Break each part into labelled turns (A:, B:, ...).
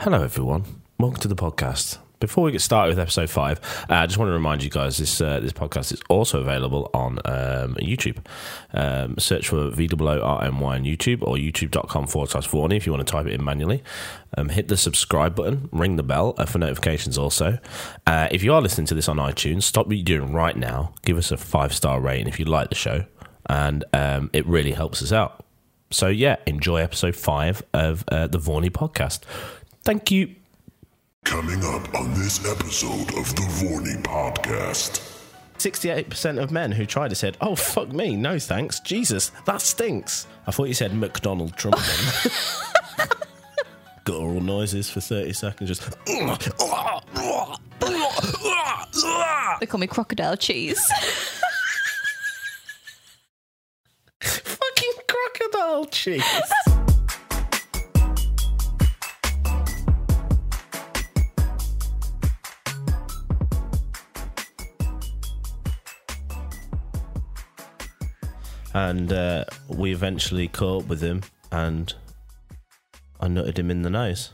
A: Hello, everyone. Welcome to the podcast. Before we get started with episode five, uh, I just want to remind you guys this uh, this podcast is also available on um, YouTube. Um, search for VOORMY on YouTube or youtube.com forward slash Vorney if you want to type it in manually. Um, hit the subscribe button, ring the bell uh, for notifications also. Uh, if you are listening to this on iTunes, stop what you're doing right now. Give us a five star rating if you like the show, and um, it really helps us out. So, yeah, enjoy episode five of uh, the Vorney podcast. Thank you.
B: Coming up on this episode of the Vorney Podcast.
A: 68% of men who tried it said, Oh, fuck me, no thanks. Jesus, that stinks. I thought you said McDonald Trump. then. Guttural noises for 30 seconds, just.
C: They call me crocodile cheese.
A: Fucking crocodile cheese. and uh, we eventually caught up with him and I nutted him in the nose.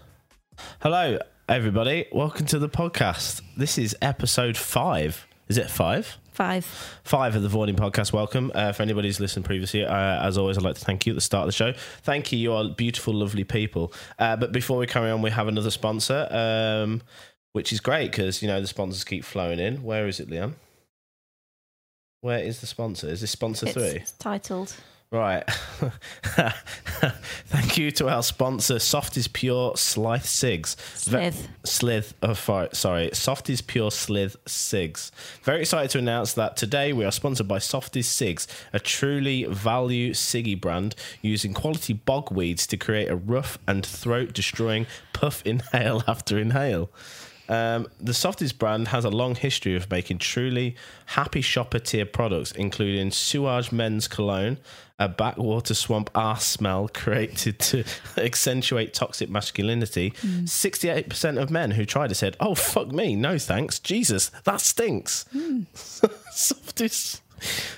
A: Hello, everybody. Welcome to the podcast. This is episode five. Is it five?
C: Five.
A: Five of the Vorning Podcast. Welcome. Uh, for anybody who's listened previously, uh, as always, I'd like to thank you at the start of the show. Thank you. You are beautiful, lovely people. Uh, but before we carry on, we have another sponsor, um, which is great because, you know, the sponsors keep flowing in. Where is it, Liam? Where is the sponsor? Is this sponsor
C: It's,
A: three?
C: it's titled.
A: Right. Thank you to our sponsor, Soft is Pure Slith Sigs.
C: Slith.
A: Slith. Oh, fi- sorry. Soft is Pure Slith Sigs. Very excited to announce that today we are sponsored by Soft is Sigs, a truly value Siggy brand using quality bog weeds to create a rough and throat destroying puff inhale after inhale. Um, the Softies brand has a long history of making truly happy shopper tier products, including Suage Men's Cologne, a backwater swamp arse smell created to accentuate toxic masculinity. 68% of men who tried it said, Oh, fuck me, no thanks. Jesus, that stinks. Softies.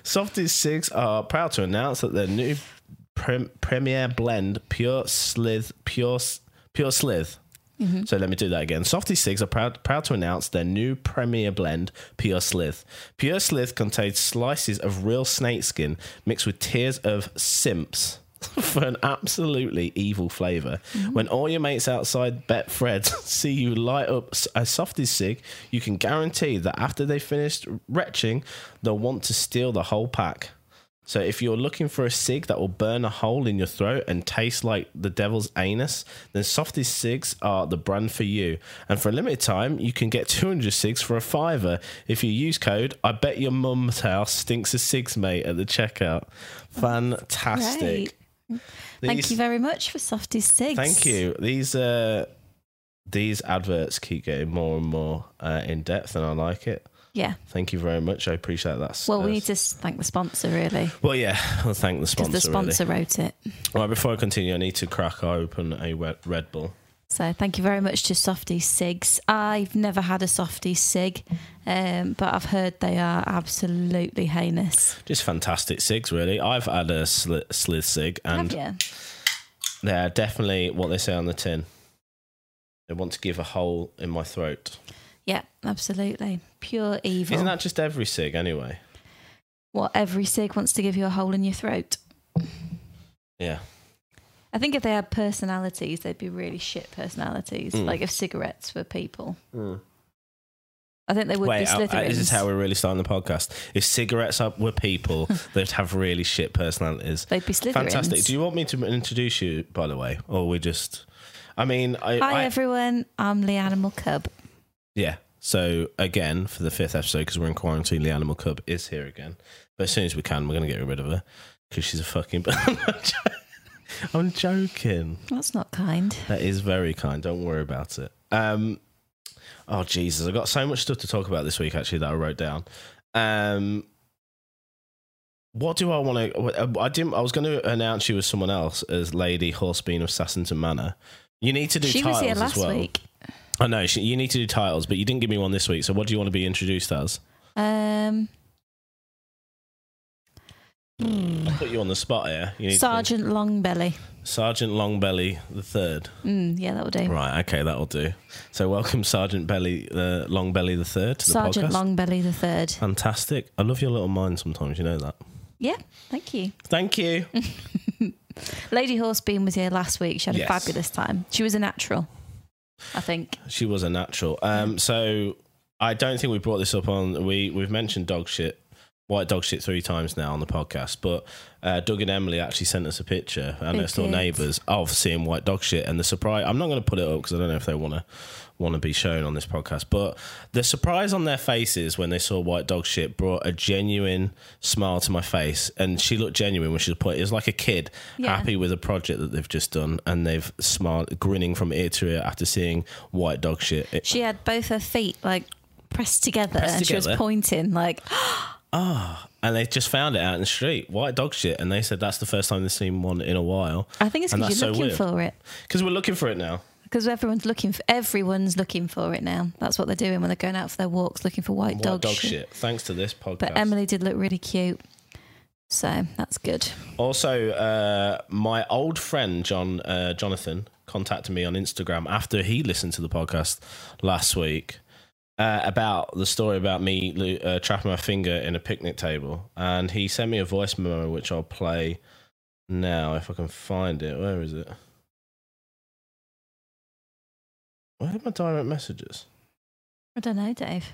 A: Softies Sigs are proud to announce that their new prem- premier blend, Pure Slith, Pure, S- Pure Slith. So let me do that again. Softy Sigs are proud, proud to announce their new premier blend, Pure Slith. Pure Slith contains slices of real snakeskin mixed with tears of simps for an absolutely evil flavor. When all your mates outside Betfred see you light up s- a Softy Sig, you can guarantee that after they've finished retching, they'll want to steal the whole pack. So if you're looking for a cig that will burn a hole in your throat and taste like the devil's anus, then Softies cigs are the brand for you. And for a limited time, you can get 200 cigs for a fiver if you use code I bet your mum's house stinks of cigs mate at the checkout.
C: Great.
A: Fantastic.
C: Thank
A: These-
C: you very much for Softies Six.
A: Thank you. These uh these adverts keep getting more and more uh, in depth and I like it.
C: Yeah.
A: Thank you very much. I appreciate that.
C: Well,
A: Uh,
C: we need to s- thank the sponsor, really.
A: Well, yeah, I'll thank the
C: Because
A: sponsor.
C: the
A: really.
C: sponsor wrote it.
A: Right, before I continue, I need to crack open a Red, Red Bull.
C: So thank you very much to Softies Sigs. I've never had a Softies Sig, um, but I've heard they are absolutely heinous.
A: Just fantastic cigs, really. I've had a sli- slith cig, and
C: Have
A: they're definitely what they say on the tin. They want to give a hole in my throat.
C: you? Yeah, absolutely. Pure evil.
A: Isn't that just every cig, anyway?
C: what every Sig wants to give you a hole in your throat?
A: Yeah.
C: I think if they had personalities, they'd be really shit personalities.
A: Mm.
C: Like if cigarettes were people, I think they would be
A: Wait, I,
C: Slytherins.
A: I- this is how we're really starting the podcast. If cigarettes up were people, they'd have really shit personalities.
C: They'd be Slytherins.
A: Fantastic. Do you want me to introduce you, by the way, or we just? I mean, I,
C: Hi
A: I
C: everyone, I'm the animal cub.
A: Yeah. So again, for the fifth episode, because we're in quarantine, the animal cub is here again. But as soon as we can, we're gonna get rid of her because she's a fucking. I'm joking.
C: That's not kind.
A: That is very kind. Don't worry about it. Um, oh Jesus, I got so much stuff to talk about this week actually that I wrote down. Um, what do I want to? I didn't. I was going to announce you as someone else as Lady Horsebean of Sassington Manor. You need to do
C: She
A: titles
C: was here last
A: as well.
C: week.
A: I know sh- you need to do titles, but you didn't give me one this week. So what do you want to be introduced as?
C: Um,
A: I'll put Hmm. you on the spot here. You need to
C: Sergeant Longbelly.
A: think. Sergeant Longbelly the third.
C: Mm, yeah, that will do.
A: Right, okay, that'll do. So welcome Sergeant Belly uh, Longbelly the third to the
C: Sergeant
A: podcast.
C: Longbelly the third.
A: Fantastic. I love your little mind sometimes, you know that.
C: Yeah, thank you.
A: Thank you.
C: Lady Horsebeam was here last week. She had
A: Yes.
C: a fabulous time. She was a natural, I think.
A: She was a natural. Um, so I don't think we brought this up on. We we've mentioned dog shit, white dog shit three times now on the podcast. But uh, Doug and Emily actually sent us a picture, and
C: They
A: they're still
C: did.
A: neighbours of seeing white dog shit. And the surprise, I'm not going to put it up because I don't know if they want to want to be shown on this podcast. But the surprise on their faces when they saw white dog shit brought a genuine smile to my face, and she looked genuine when she was put. It was like a kid
C: Yeah.
A: happy with a project that they've just done, and they've smiled, grinning from ear to ear after seeing white dog shit. It-
C: She had both her feet like pressed together
A: Pressed
C: and she
A: together?
C: was pointing like
A: and they just found it out in the street, white dog shit, and they said that's the first time they've seen one in a while.
C: I think it's
A: And
C: because
A: that's
C: you're
A: so
C: looking
A: weird.
C: for it.
A: Because we're looking for it now.
C: Because everyone's looking for everyone's looking for it now. That's what they're doing when they're going out for their walks looking for white,
A: White
C: dog,
A: dog,
C: shit.
A: shit. Thanks to this podcast.
C: But Emily did look really cute. So that's good.
A: Also, uh, my old friend John uh, Jonathan contacted me on Instagram after he listened to the podcast last week uh, about the story about me lo- uh, trapping my finger in a picnic table, and he sent me a voice memo which I'll play now if I can find it. Where is it? Where are my direct messages?
C: I don't know, Dave.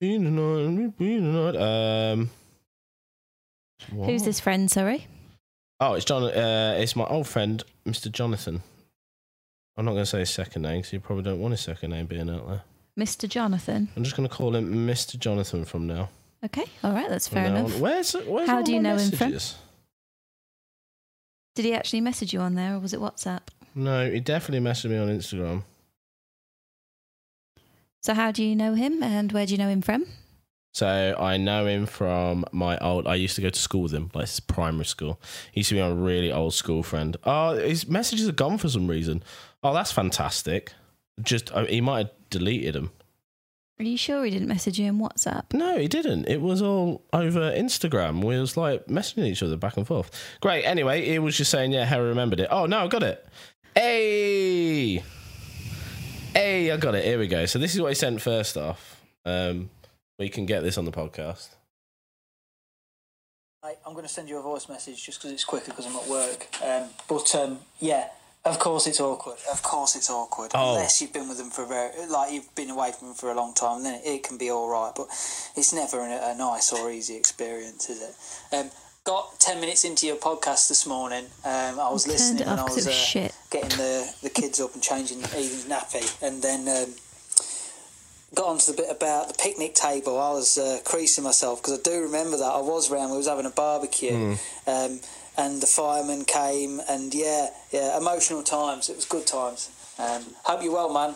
A: Be denied, be denied. Um,
C: Who's
A: what?
C: this friend, sorry?
A: Oh, it's John. Uh, it's my old friend, Mr. Jonathan. I'm not going to say his second name because you probably don't want his second name being out there.
C: Mr. Jonathan.
A: I'm just going to call him Mr. Jonathan from now.
C: Okay. All right, that's
A: from
C: fair
A: now
C: enough.
A: on. Where's, where's
C: How
A: all
C: do you
A: my
C: know him from?
A: messages?
C: Did he actually message you on there or was it WhatsApp?
A: No, he definitely messaged me on Instagram.
C: So how do you know him and where do you know him from?
A: So I know him from my old. I used to go to school with him, like his primary school. He used to be my really old school friend. Oh, his messages are gone for some reason. Oh, that's fantastic. Just uh, he might have deleted them.
C: Are you sure he didn't message you on WhatsApp?
A: No, he didn't. It was all over Instagram. We was like messaging each other back and forth. Great. Anyway, it was just saying, yeah, Harry remembered it. Oh, no, I got it. Hey, hey, I got it. Here we go. So this is what he sent first off. Um, we can get this on the podcast.
D: I, I'm going to send you a voice message just because it's quicker because I'm at work. Um, but um, yeah, of course it's awkward. Of course it's awkward.
A: Oh.
D: Unless you've been with them for a very, like you've been away from them for a long time, then it, it can be all right. But it's never a, a nice or easy experience, is it? Um, got ten minutes into your podcast this morning. Um, I was
C: Turned
D: listening
C: it off
D: and I
C: 'cause
D: was
C: it was
D: uh,
C: shit.
D: getting the, the kids up and changing Eden's nappy, and then. Um, got onto the bit about the picnic table. I was uh, creasing myself because I do remember that I was round. We was having a barbecue, um, and the fireman came, and yeah, yeah, emotional times. It was good times. Um, hope you're well, man.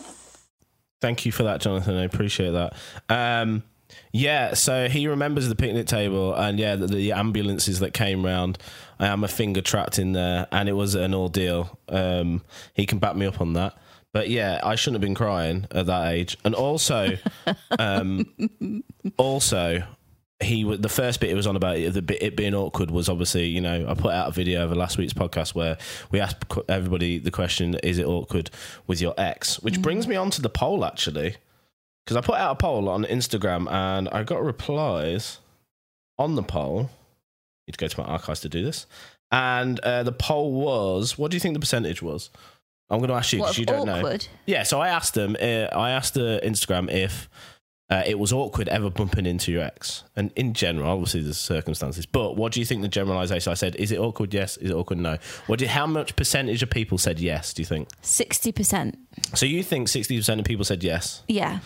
A: Thank you for that, Jonathan. I appreciate that. Um, yeah, so he remembers the picnic table and yeah, the, the ambulances that came round. I am a finger trapped in there, and it was an ordeal. Um, he can back me up on that. But yeah, I shouldn't have been crying at that age. And also, um, also, he wa- the first bit it was on about it, the bit, it being awkward was obviously you know I put out a video over last week's podcast where we asked qu- everybody the question is it awkward with your ex which brings me on to the poll actually because I put out a poll on Instagram and I got replies on the poll need to go to my archives to do this and uh, the poll was what do you think the percentage was I'm going to ask you because
C: What,
A: you don't know
C: awkward?
A: yeah, so I asked them. Uh, I asked the Instagram if uh, it was awkward ever bumping into your ex, and in general, obviously there's circumstances. But what do you think the generalization? I said, is it awkward? Yes. Is it awkward? No. What? Did, how much percentage of people said yes? Do you think?
C: 60%.
A: So you think sixty percent of people said yes?
C: Yeah.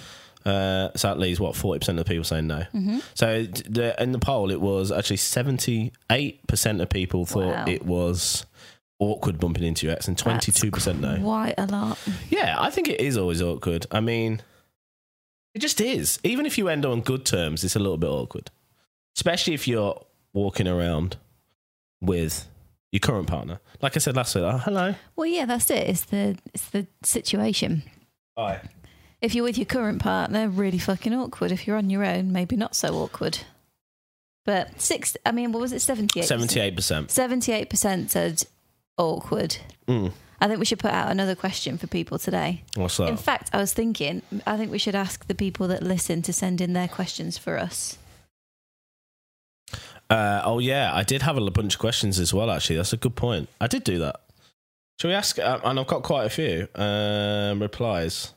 A: Uh, so that leaves what forty percent of the people saying no.
C: Mm-hmm.
A: So d- the, in the poll, it was actually seventy-eight percent of people thought
C: Wow.
A: it was awkward bumping into your ex, and
C: That's
A: twenty-two percent no.
C: Quite a lot.
A: Yeah, I think it is always awkward. I mean, it just is. Even if you end on good terms, it's a little bit awkward, especially if you're walking around with your current partner. Like I said last week, oh, hello.
C: Well, yeah, that's it. It's the it's the situation.
A: Hi.
C: If you're with your current partner, really fucking awkward. If you're on your own, maybe not so awkward. But six, I mean, what was it? 78?
A: 78%.
C: 78% said awkward. I think we should put out another question for people today.
A: Mm, What's
C: In
A: that?
C: fact, I was thinking, I think we should ask the people that listen to send in their questions for us.
A: Uh, oh, yeah. I did have a bunch of questions as well, actually. That's a good point. I did do that. Shall we ask? Uh, and I've got quite a few um, replies.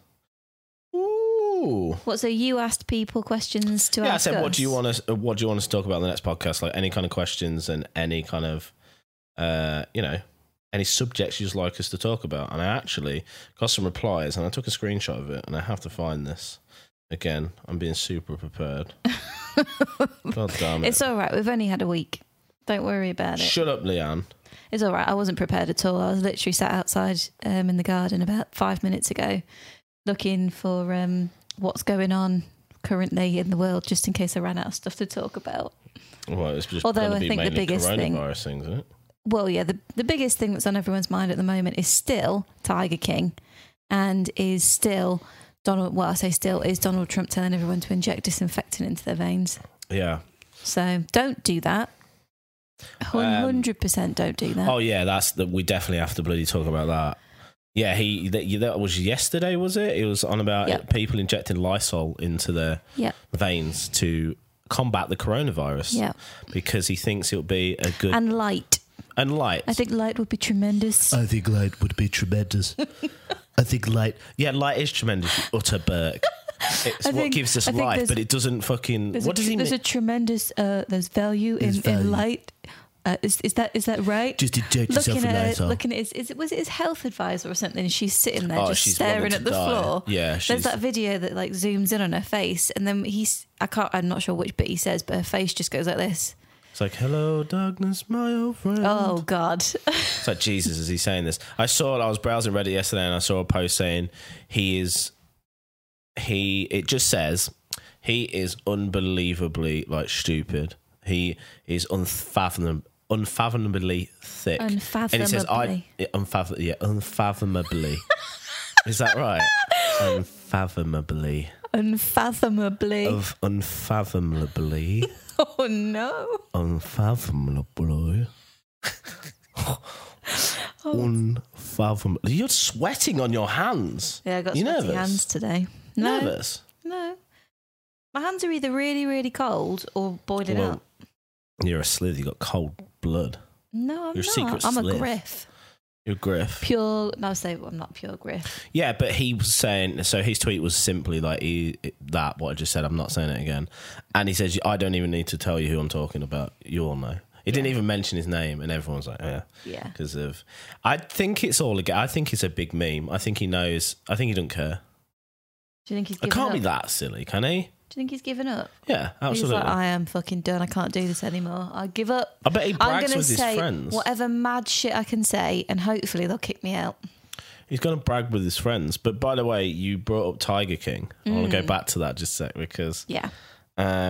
A: Ooh.
C: What? So you asked people questions to
A: yeah, I
C: ask
A: said, what
C: us?
A: do you want us? uh, What do you want us to talk about in the next podcast? Like any kind of questions and any kind of, uh, you know, any subjects you'd like us to talk about. And I actually got some replies, and I took a screenshot of it, and I have to find this again. I'm being super prepared. God damn it!
C: It's all right. We've only had a week. Don't worry about it.
A: Shut up, Leanne.
C: It's all right. I wasn't prepared at all. I was literally sat outside um, in the garden about five minutes ago, looking for um, what's going on currently in the world, just in case I ran out of stuff to talk about.
A: Well, it's just
C: Although
A: gonna
C: I
A: be
C: think the
A: mainly
C: biggest thing-
A: coronavirus thing. isn't it?
C: Well, yeah, the, the biggest thing that's on everyone's mind at the moment is still Tiger King, and is still Donald. Well, I say still is Donald Trump telling everyone to inject disinfectant into their veins.
A: Yeah.
C: So don't do that. One hundred percent, don't do that.
A: Oh yeah, that's the, we definitely have to bloody talk about that. Yeah, he that, that was yesterday, was it? It was on about
C: Yep.
A: people injecting Lysol into their
C: yeah,
A: veins to combat the coronavirus.
C: yeah,
A: because he thinks it'll be a good and,
C: and light.
A: light.
C: I think light would be tremendous.
E: I think light would be tremendous. I think light.
A: yeah, light is tremendous. you Utter Burke. It's
C: I
A: what
C: think-
A: gives us
C: I think
A: life,
C: there's-
A: but it doesn't fucking.
C: There's
A: What
C: a,
A: does he
C: There's
A: mean?
C: a tremendous uh, there's value in,
E: There's
C: in
E: value.
C: light. Uh, is, is that is that right?
E: Just inject yourself
C: looking
E: with
C: at
E: Lysol.
C: looking at his, is it was it his health advisor or something? She's sitting there
A: Oh,
C: just
A: she's wanted
C: staring
A: to
C: at the
A: die.
C: floor.
A: Yeah, she's-
C: there's that video that like zooms in on her face, and then he's I can't I'm not sure which bit he says, but her face just goes like this.
A: It's like, hello, darkness, my old friend.
C: Oh God,
A: It's like Jesus is he saying this? I saw I was browsing Reddit yesterday and I saw a post saying he is he it just says he is unbelievably like stupid. He is unfathom unfathomably thick. And it says I
C: Unfathomably.
A: yeah, unfathom yeah, unfathomably. is that right? Unfathomably.
C: unfathomably.
A: Of unfathomably.
C: Oh no,
A: Unfathomably.
C: Oh.
A: Unfathomable. You're sweating on your hands.
C: yeah, I got
A: you
C: sweaty
A: nervous?
C: hands today. No,
A: Nervous.
C: no, my hands are either really really cold or boiling
A: Well,
C: up.
A: You're a slith. You got cold blood.
C: No, I'm
A: Your
C: not.
A: secret
C: I'm
A: slith.
C: a griff.
A: You're a griff.
C: Pure. No, I say I'm not pure griff.
A: Yeah, but he was saying. So his tweet was simply like he, that. What I just said. I'm not saying it again. And he says, "I don't even need to tell you who I'm talking about. You all know." He didn't even mention his name, and everyone's like, "Yeah."
C: Yeah.
A: Because of, I think it's all. a g- I think it's a big meme. I think he knows. I think he don't care.
C: Do you think he's
A: I
C: given
A: can't
C: up?
A: be that silly, can he?
C: Do you think he's given up?
A: Yeah, absolutely.
C: He's like, I am fucking done. I can't do this anymore. I give up.
A: I bet he
C: I'm
A: brags
C: gonna
A: with his
C: say
A: friends.
C: whatever mad shit I can say, and hopefully they'll kick me out.
A: He's going to brag with his friends. But by the way, you brought up Tiger King. I want to go back to that just a sec because
C: Mm. Yeah.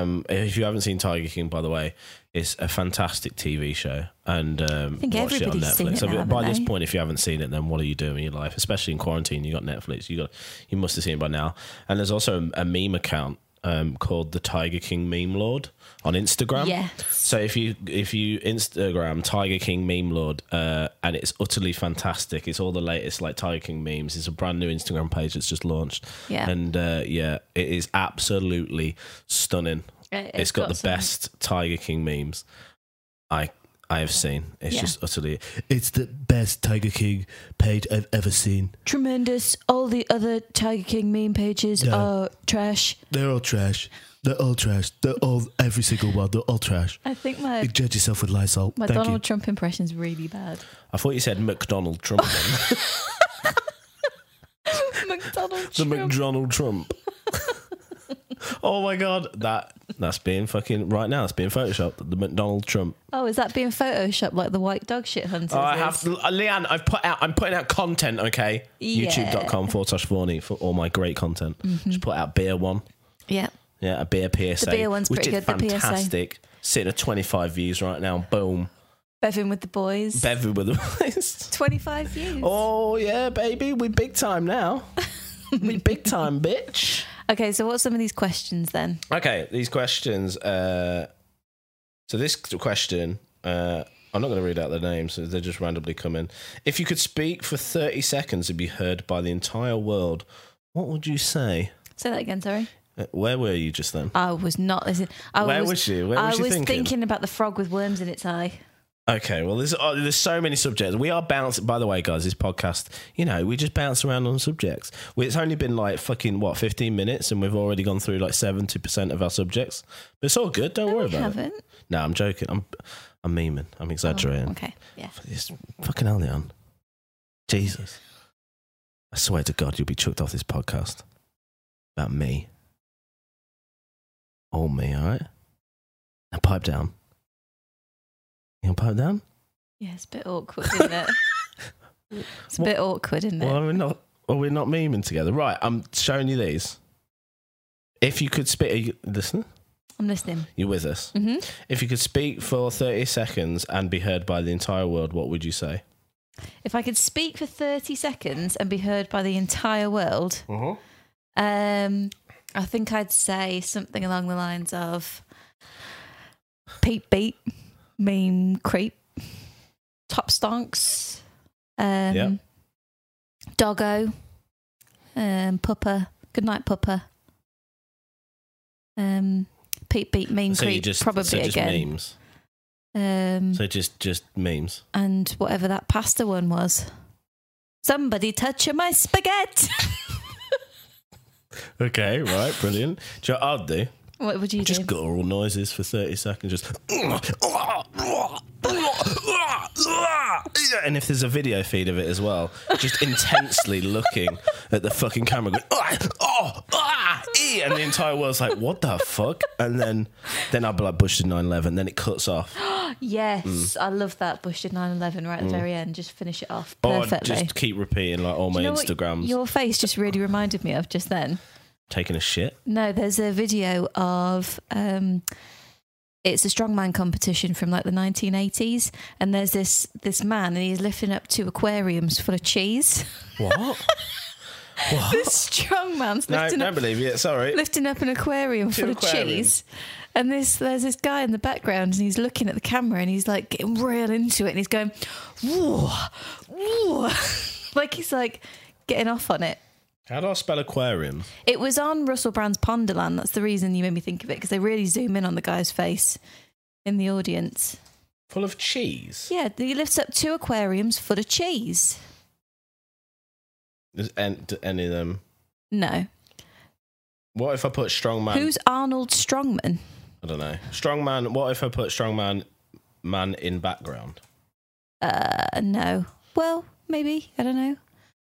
A: um, if you haven't seen Tiger King, by the way, it's a fantastic TV show. And um,
C: think
A: watch it on
C: everybody's seen
A: Netflix.
C: it
A: So
C: now, haven't
A: by this
C: they?
A: point, if you haven't seen it, then what are you doing in your life? Especially in quarantine, you got Netflix. You got you must have seen it by now. And there's also a, a meme account. Um, called the Tiger King Meme Lord on Instagram.
C: Yes.
A: So if you if you Instagram Tiger King Meme Lord, uh, and it's utterly fantastic. It's all the latest like Tiger King memes. It's a brand new Instagram page that's just launched.
C: Yeah.
A: And uh, yeah, it is absolutely stunning
C: It-
A: it's got, the
C: some-
A: best Tiger King memes I I have seen. It's
C: Yeah.
A: just utterly
E: It's the best Tiger King page I've ever seen.
C: Tremendous. All the other Tiger King meme pages
E: No.
C: are trash.
E: They're all trash. They're all trash. They're all every single one. They're all trash.
C: I think my
E: Inject yourself with Lysol.
C: my
E: Thank
C: Donald Trump impression's really bad.
A: I thought you said McDonald Trump. then.
C: McDonald
A: the
C: Trump.
A: McDonald Trump. oh my god. That that's being fucking right now, it's being photoshopped. The McDonald Trump.
C: oh, is that being photoshopped like the white dog shit hunters?
A: Oh, I
C: is?
A: have to Leanne, I've put out I'm putting out content, okay?
C: Yeah.
A: YouTube.com forward slash Vorney for all my great content. Just put out beer one.
C: Yeah.
A: Yeah, a beer PSA.
C: beer one's
A: which
C: pretty
A: did
C: good, the PSA.
A: Fantastic. Sitting at twenty five views right now. Boom.
C: Bevin with the boys.
A: Bevy with the
C: 25 views.
A: Oh yeah, baby, we big time now. we big time, bitch.
C: Okay, so what's some of these questions then?
A: Okay, these questions. Uh, So this question, uh, I'm not going to read out their names. They just randomly come in. If you could speak for 30 seconds and be heard by the entire world, what would you say?
C: Say that again, sorry.
A: Uh, Where were you just then?
C: I was not listening. I
A: Where
C: was,
A: was she? Where
C: I
A: was she
C: was
A: thinking?
C: about the frog with worms in its eye.
A: Okay, well, there's oh, there's so many subjects. We are bouncing. By the way, guys, this podcast, you know, we just bounce around on subjects. We, it's only been like fucking what 15 minutes, and we've already gone through like 70 percent of our subjects. But it's all good. Don't worry
C: we
A: about it.
C: haven't. Oh,
A: No, I'm joking. I'm I'm memeing. I'm exaggerating.
C: Okay. Yeah.
A: It's fucking hell, Leon. Jesus. I swear to God, you'll be chucked off this podcast. About me. Oh, me, all right? Now pipe down. You gonna pipe down?
C: Yeah, it's a bit awkward, isn't it? It's a
A: What-
C: bit awkward, isn't it?
A: Well, we're not. Well, we're not memeing together, right? I'm showing you these. If you could speak, are you, listen,
C: I'm listening.
A: you're with us.
C: hmm
A: If you could speak for 30 seconds and be heard by the entire world, what would you say?
C: If I could speak for 30 seconds and be heard by the entire world, um, I think I'd say something along the lines of Pete Beat, Meme Creep, Top Stonks, um,
A: Yeah.
C: Doggo, um, Puppa, Goodnight Puppa, um, Pete Beat, Meme
A: So you
C: Creep,
A: just
C: probably
A: so just
C: again.
A: memes.
C: Um,
A: So just just memes.
C: and whatever that pasta one was. Somebody touch my spaghetti.
A: Okay, right, brilliant. Do you know what I'd do?
C: what would you
A: Just
C: do?
A: guttural noises for 30 seconds. Just. And if there's a video feed of it as well, just intensely looking at the fucking camera going, oh, ah, eh," and the entire world's like, what the fuck? And then then I'll be like, Bush did 9 11. Then it cuts off.
C: Yes,
A: Mm.
C: I love that Bush did 9/11 right at the very end. Just finish it off
A: Or I'd
C: perfectly.
A: Mm. just keep repeating like all my
C: You know what
A: Instagrams,
C: Your face just really reminded me of just then.
A: taking a shit.
C: No, there's a video of um it's a strongman competition from like the 1980s and there's this this man and he's lifting up two aquariums full of cheese.
A: What?
C: this strongman's
A: no,
C: lifting
A: don't
C: up
A: believe it. Sorry.
C: lifting up an aquarium full of
A: aquariums.
C: cheese. And this there's this guy in the background and he's looking at the camera and he's like getting real into it and he's going, whoa, whoa. like he's like getting off on it.
A: How do I spell aquarium?
C: It was on Russell Brand's Ponderland. That's the reason you made me think of it because they really zoom in on the guy's face in the audience.
A: Full of cheese.
C: Yeah, he lifts up two aquariums full of cheese.
A: Is- And do any of them.
C: No.
A: What if I put strongman?
C: Who's Arnold Strongman?
A: I don't know. Strongman. What if I put strongman man in background?
C: Uh, no. Well, maybe. I don't know.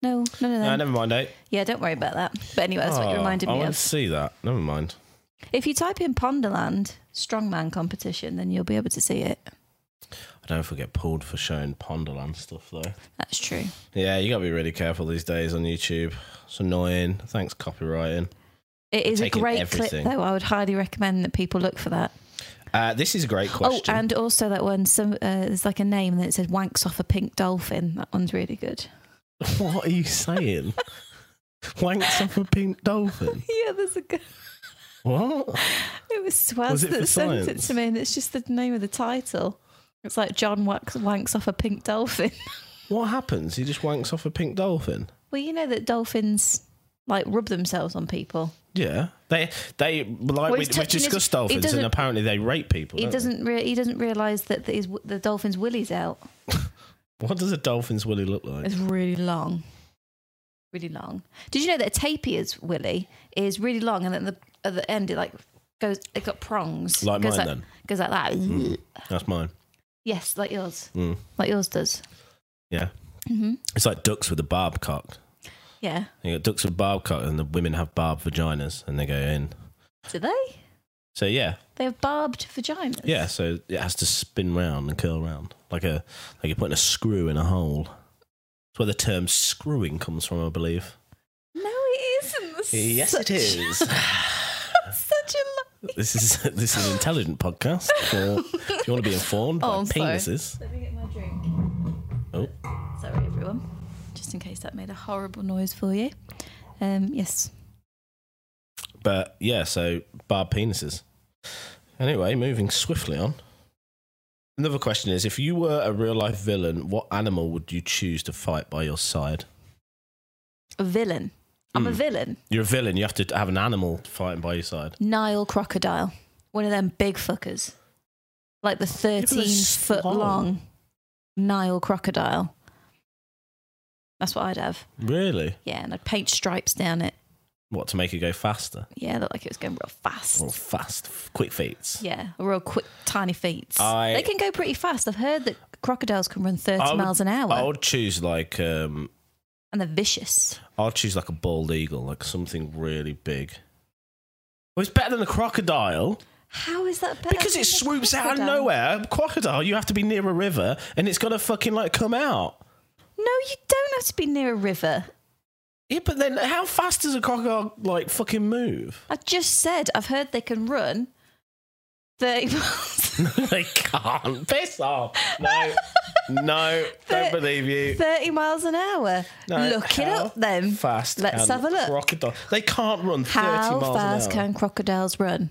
C: No, none of them.
A: No, never mind. Eh?
C: Yeah, don't worry about that. Um, But anyway, that's what
A: Oh,
C: you reminded
A: I
C: me
A: want to
C: of.
A: see that. Never mind.
C: If you type in Ponderland strongman competition, then you'll be able to see it.
A: I don't know if we get pulled for showing Ponderland stuff though.
C: That's true.
A: Yeah, you gotta be really careful these days on YouTube. It's annoying. Thanks copywriting.
C: It is a
A: taking
C: great
A: everything.
C: clip, though. I would highly recommend that people look for that.
A: Uh, this is a great question.
C: Oh, and also that one. Some uh, there's like a name that says "wanks off a pink dolphin." That one's really good.
A: what are you saying? Wanks off a pink dolphin.
C: Yeah, there's a good.
A: What?
C: It was Swaz
A: Was it for
C: that sent it
A: science?
C: to me, and it's just the name of the title. It's like John wanks, wanks off a pink dolphin.
A: What happens? He just wanks off a pink dolphin.
C: well, you know that dolphins like rub themselves on people.
A: Yeah, they they like
C: Well,
A: we,
C: he's
A: we've
C: touching his-
A: discussed
C: he
A: dolphins, and
C: doesn't-
A: apparently they rape people.
C: He
A: don't they?
C: doesn't. Re- he doesn't realize that the, his, w- the dolphin's willy's out.
A: What does a dolphin's willy look like?
C: It's really long, really long. Did you know that a tapir's willy is really long, and at the at the end it like goes. It got prongs.
A: Like
C: goes
A: mine
C: like,
A: then.
C: Goes like that.
A: That's mine.
C: Yes, like yours.
A: Mm.
C: Like yours does.
A: Yeah.
C: hmm
A: It's like ducks with a barb cock.
C: Yeah.
A: You got ducks with barb cock, and the women have barb vaginas, and they go in.
C: Do they?
A: So yeah,
C: They have barbed vaginas.
A: yeah. So it has to spin round and curl round like a like you're putting a screw in a hole. That's where the term screwing comes from, I believe.
C: No, it isn't. That's
A: Yes,
C: such-
A: it is.
C: such a. Lo-
A: this is this is an intelligent podcast. For, if you want to be informed
C: Oh, I'm
A: by
C: sorry.
A: penises,
C: Let me get my drink.
A: oh,
C: Sorry, everyone. Just in case that made a horrible noise for you. Um. Yes.
A: but yeah. So barb penises. Anyway, moving swiftly on. Another question is: If you were a real life villain, what animal would you choose to fight by your side?
C: A villain. I'm a
A: Mm.
C: villain.
A: You're a villain. You have to have an animal fighting by your side.
C: Nile crocodile. One of them big fuckers. Like the
A: but they're
C: 13 foot
A: small.
C: long Nile crocodile. That's what I'd have.
A: Really?
C: Yeah, and I'd paint stripes down it.
A: What to make it go faster?
C: Yeah, looked like it was going real fast.
A: Well, fast, quick feet.
C: Yeah, real quick, tiny feet.
A: I-
C: They can go pretty fast. I've heard that crocodiles can run 30
A: I would-
C: miles an hour
A: I would choose like um,
C: and they're vicious.
A: I'll choose like a bald eagle, like something really big. Well, it's better than a crocodile
C: How is that better?
A: because
C: than
A: it
C: a
A: swoops out of
C: crocodile?
A: nowhere. Crocodile, you have to be near a river, and it's got to fucking like come out.
C: No, you don't have to be near a river.
A: Yeah, but then how fast does a crocodile like fucking move?
C: I just said I've heard they can run 30 miles,
A: they can't. Piss off. No, no, don't
C: But-
A: believe you.
C: 30 miles an hour.
A: No,
C: Look it
A: how
C: up then.
A: Fast.
C: Let's
A: can
C: have a look.
A: Crocodile. They can't run thirty
C: How
A: miles
C: fast
A: an hour.
C: can crocodiles run?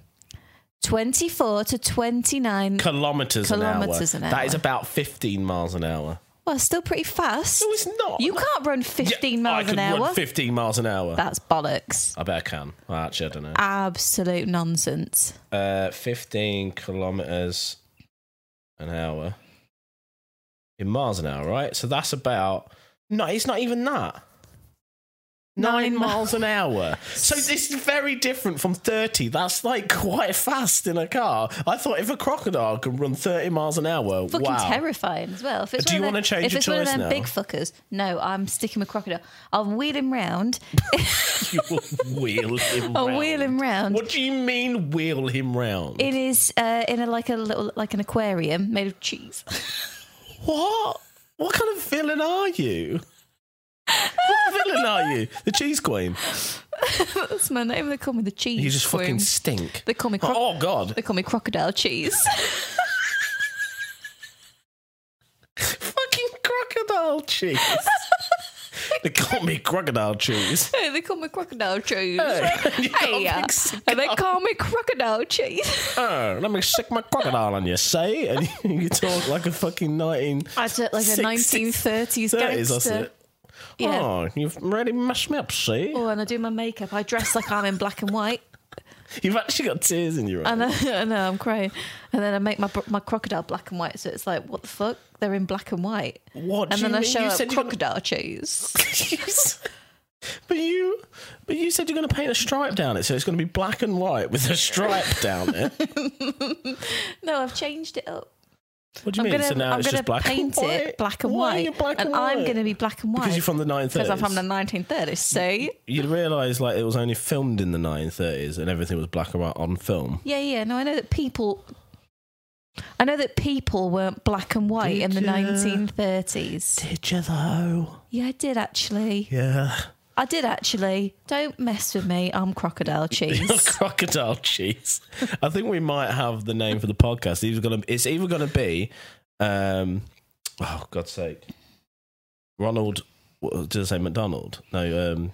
C: 24 to 29.
A: Kilometers,
C: Kilometres
A: an
C: an
A: hour. That is
C: hour.
A: about fifteen miles an hour.
C: well, still pretty fast.
A: No, it's not.
C: You can't run 15
A: Yeah,
C: miles
A: I
C: an
A: could
C: hour.
A: Run 15 miles an hour.
C: That's bollocks.
A: I bet I can. Well, actually, I don't know.
C: Absolute nonsense.
A: Uh, 15 kilometers an hour in miles an hour, right? So that's about. No, it's not even that. Nine,
C: Nine
A: miles an hour. So this is very different from 30. That's like quite fast in a car. I thought if a crocodile could run 30 miles an hour,
C: Fucking
A: wow.
C: terrifying as well. If it's
A: Do
C: one
A: you
C: of them-
A: wanna change
C: If
A: your
C: it's one of
A: choice
C: them
A: now?
C: big fuckers, no, I'm sticking with crocodile. I'll wheel him round.
A: You will wheel him
C: I'll
A: round.
C: wheel him round.
A: What do you mean wheel him round?
C: It is uh, in a like a little like an aquarium made of cheese.
A: What? What kind of villain are you? What villain are you? The cheese queen.
C: That's my name. They call me the cheese.
A: You just fucking
C: queen.
A: stink.
C: They call me. Cro-
A: Oh god.
C: They call me crocodile cheese.
A: fucking crocodile cheese. they call me crocodile cheese.
C: hey, they call me crocodile cheese.
A: You can't
C: Hey, uh,
A: mix-
C: and they call me crocodile cheese.
A: Oh, let me stick my crocodile on you, say? And you, you talk like a fucking 19.
C: I look like a 1930s
A: 30s, that's
C: gangster.
A: it.
C: Yeah.
A: Oh, you've really mashed me up, see?
C: Oh, and I do my makeup. I dress like I'm in black and white.
A: You've actually got tears in your eyes.
C: I know, I know, I'm crying. And then I make my my crocodile black and white, so it's like, what the fuck? They're in black and white.
A: What do
C: And then
A: you
C: I
A: mean?
C: show
A: You
C: up
A: said you got-
C: crocodile cheese.
A: Jeez. But you, but you said you're going to paint a stripe down it, so it's going to be black and white with a stripe down it.
C: No, I've changed it up.
A: What do you
C: I'm
A: mean?
C: gonna,
A: so now
C: I'm
A: it's
C: gonna
A: just black
C: paint
A: and white.
C: it black and
A: Why are
C: white,
A: you black
C: and
A: and
C: I'm
A: white?
C: gonna be black and white
A: because you're from the Mm. 930s.
C: because I'm from the 1930s. See?
A: you realise like it was only filmed in the 930s and everything was black and white on film.
C: Yeah, yeah. No, I know that people. I know that people weren't black and white in the
A: Did ya?
C: 1930s.
A: Did you though?
C: Yeah, I did actually.
A: Yeah.
C: I did actually. Don't mess with me. I'm crocodile cheese.
A: Crocodile cheese. I think we might have the name for the podcast. It's either gonna, it's either going to be, um, oh God's sake, Ronald. What, did I say McDonald? No, um,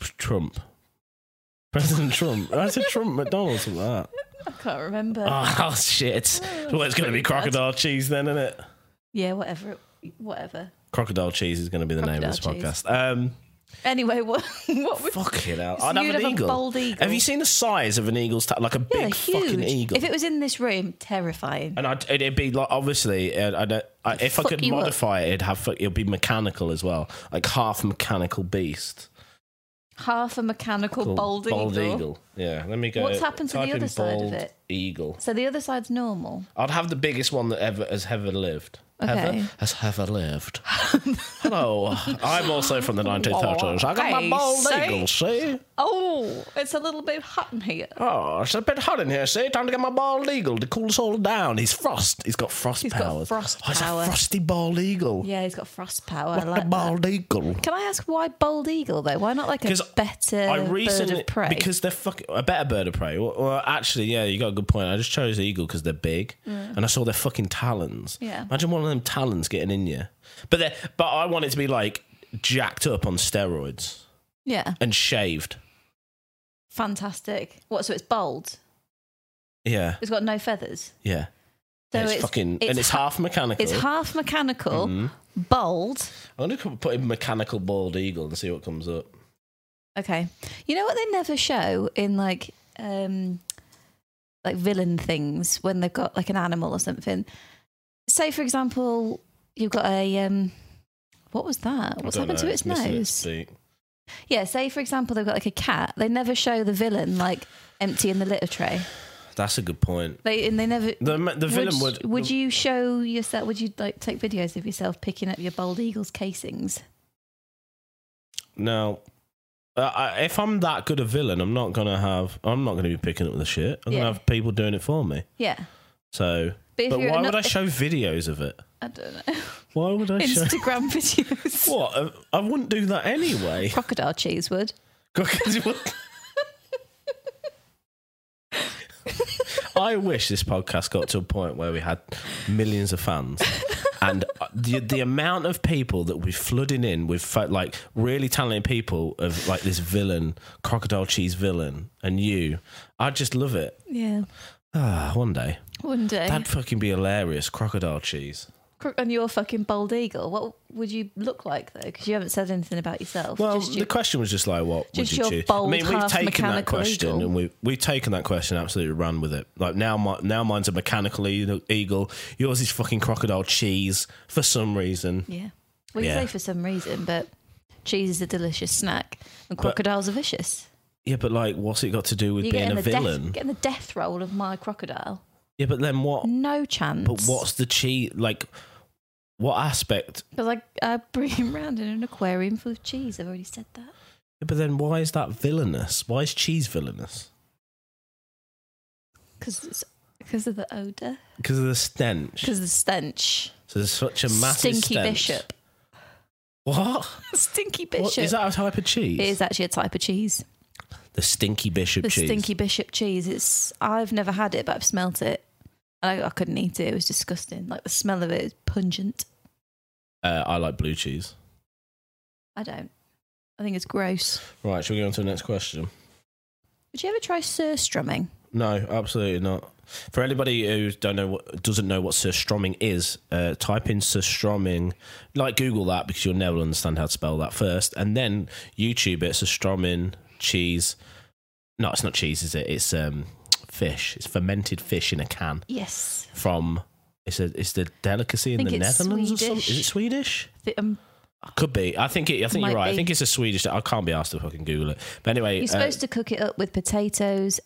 A: Trump. President Trump. I said Trump McDonald something like that.
C: I can't remember.
A: Oh shit! Well, it's going to be crocodile cheese then, isn't it?
C: Yeah, whatever. Whatever.
A: Crocodile cheese is going to be the name of this
C: Crocodile cheese.
A: podcast. Um,
C: Anyway, what what would
A: fuck it out.
C: So
A: I'd have
C: you'd
A: an
C: have a
A: eagle.
C: bald eagle.
A: Have you seen the size of an eagle's ta- like a
C: yeah,
A: big
C: huge.
A: fucking eagle?
C: If it was in this room, terrifying.
A: And I'd, it'd be like obviously, uh, I don't. I, if I
C: Fuck
A: could
C: you up.
A: modify it, it'd have fuck- it'd be mechanical as well, like half mechanical beast.
C: Half a mechanical
A: Cool.
C: bald, eagle.
A: Yeah, let me go.
C: What's happened to the
A: type in
C: other side of
A: bald
C: it?
A: Eagle.
C: So the other side's normal.
A: I'd have the biggest one that ever has ever lived.
C: Okay.
A: Ever has ever lived. Hello, I'm also from the 1930s. I got my
C: Hey,
A: bald
C: see?
A: eagle. See,
C: Oh, it's a little bit hot in here.
A: oh, it's a bit hot in here. See, time to get my bald eagle to cool us all down. He's frost. He's got frost
C: He's got
A: powers.
C: frost
A: oh, he's a
C: power.
A: frosty bald eagle.
C: Yeah, he's got frost power. I
A: What
C: like
A: the
C: that.
A: bald eagle?
C: Can I ask why bald eagle though? Why not like a better bird of prey?
A: because they're fucking a better bird of prey. Well, well, actually, yeah, you got a good point. I just chose eagle because they're big, and I saw their fucking talons.
C: Mm. Yeah.
A: imagine one of them talons getting in you. But they but I want it to be like jacked up on steroids
C: yeah,
A: and shaved.
C: fantastic. What? So it's bald.
A: Yeah,
C: It's got no feathers.
A: yeah.
C: So
A: it's, fucking and it's Mm.
C: ha-
A: half mechanical. Mm-hmm.
C: It's half mechanical, bold.
A: I'm gonna put in mechanical bald eagle and see what comes up.
C: Okay, you know what they never show in like um like villain things when they've got like an animal or something. Say for example, you've got a um, what was that? What's
A: I don't
C: happened
A: know,
C: to its
A: missing its
C: nose?
A: beak.
C: yeah, say for example they've got like a cat. They never show the villain like emptying the litter tray.
A: That's a good point.
C: They and they never.
A: The the villain
C: would,
A: would
C: would you show yourself? Would you like take videos of yourself picking up your bald eagle's casings?
A: No. Uh, I, if I'm that good a villain, I'm not gonna have. I'm not gonna be picking up the shit. I'm
C: Yeah.
A: gonna have people doing it for me.
C: Yeah,
A: So,
C: But
A: but,
C: if you're
A: why would
C: not-
A: I show videos of it?
C: I don't know.
A: Why would I show?
C: Instagram videos.
A: What? I, I wouldn't do that anyway.
C: Crocodile cheese would.
A: I wish this podcast got to a point where we had millions of fans. And uh, the the amount of people that we're flooding in with fo- like really talented people of like this villain, crocodile cheese villain, and you, I just love it.
C: Yeah,
A: Ah, one day
C: one day.
A: that'd fucking be hilarious. Crocodile cheese.
C: Cro- and your fucking bald eagle. What would you look like though? Because you haven't said anything about yourself.
A: Well,
C: Just
A: the
C: you-
A: question was just like, what would
C: just
A: you
C: your
A: choose?
C: bold
A: I mean, we've
C: half
A: taken that
C: mechanical
A: question
C: eagle.
A: and we we've taken that question and absolutely ran with it. Like now, my, now mine's a mechanical e- eagle. Yours is fucking crocodile cheese for some reason.
C: yeah. Well, you
A: Yeah.
C: say for some reason, but cheese is a delicious snack, and crocodiles are vicious.
A: Yeah, but like, what's it got to do with
C: You're
A: being
C: getting
A: a
C: the
A: villain?
C: death, getting the death roll of my crocodile.
A: Yeah, but then what?
C: No chance.
A: But what's the cheese? Like, what aspect?
C: Because I, I bring him round in an aquarium full of cheese. I've already said that.
A: Yeah, but then why is that villainous? Why is cheese villainous?
C: Because because of the odor,
A: Because of the stench.
C: because the stench.
A: So there's such a massive
C: Stinky
A: stench.
C: bishop.
A: What?
C: Stinky bishop.
A: what? Is that a type of cheese?
C: It is actually a type of cheese.
A: The stinky bishop
C: The
A: cheese.
C: stinky bishop cheese. It's I've never had it, but I've smelt it. And I, I couldn't eat it. It was disgusting. Like the smell of it is pungent.
A: Uh, I like blue cheese.
C: I don't. I think it's gross.
A: Right, shall we go on to the next question?
C: Would you ever try surstrumming?
A: No, absolutely not. For anybody who don't know what doesn't know what surstroming is, uh, type in surstroming, like Google that because you'll never understand how to spell that first, and then YouTube it surstroming cheese. No, it's not cheese, is it? It's um, fish. It's fermented fish in a can
C: Yes. from
A: from. It's a it's the delicacy in
C: think
A: the
C: it's
A: Netherlands or something. Is it Swedish?
C: Swedish. The- um,
A: Could be. I think it. I think
C: Might
A: you're right. I
C: be.
A: think it's a Swedish. I can't be asked to fucking Google it. But anyway, uh,
C: you're supposed to cook it up with potatoes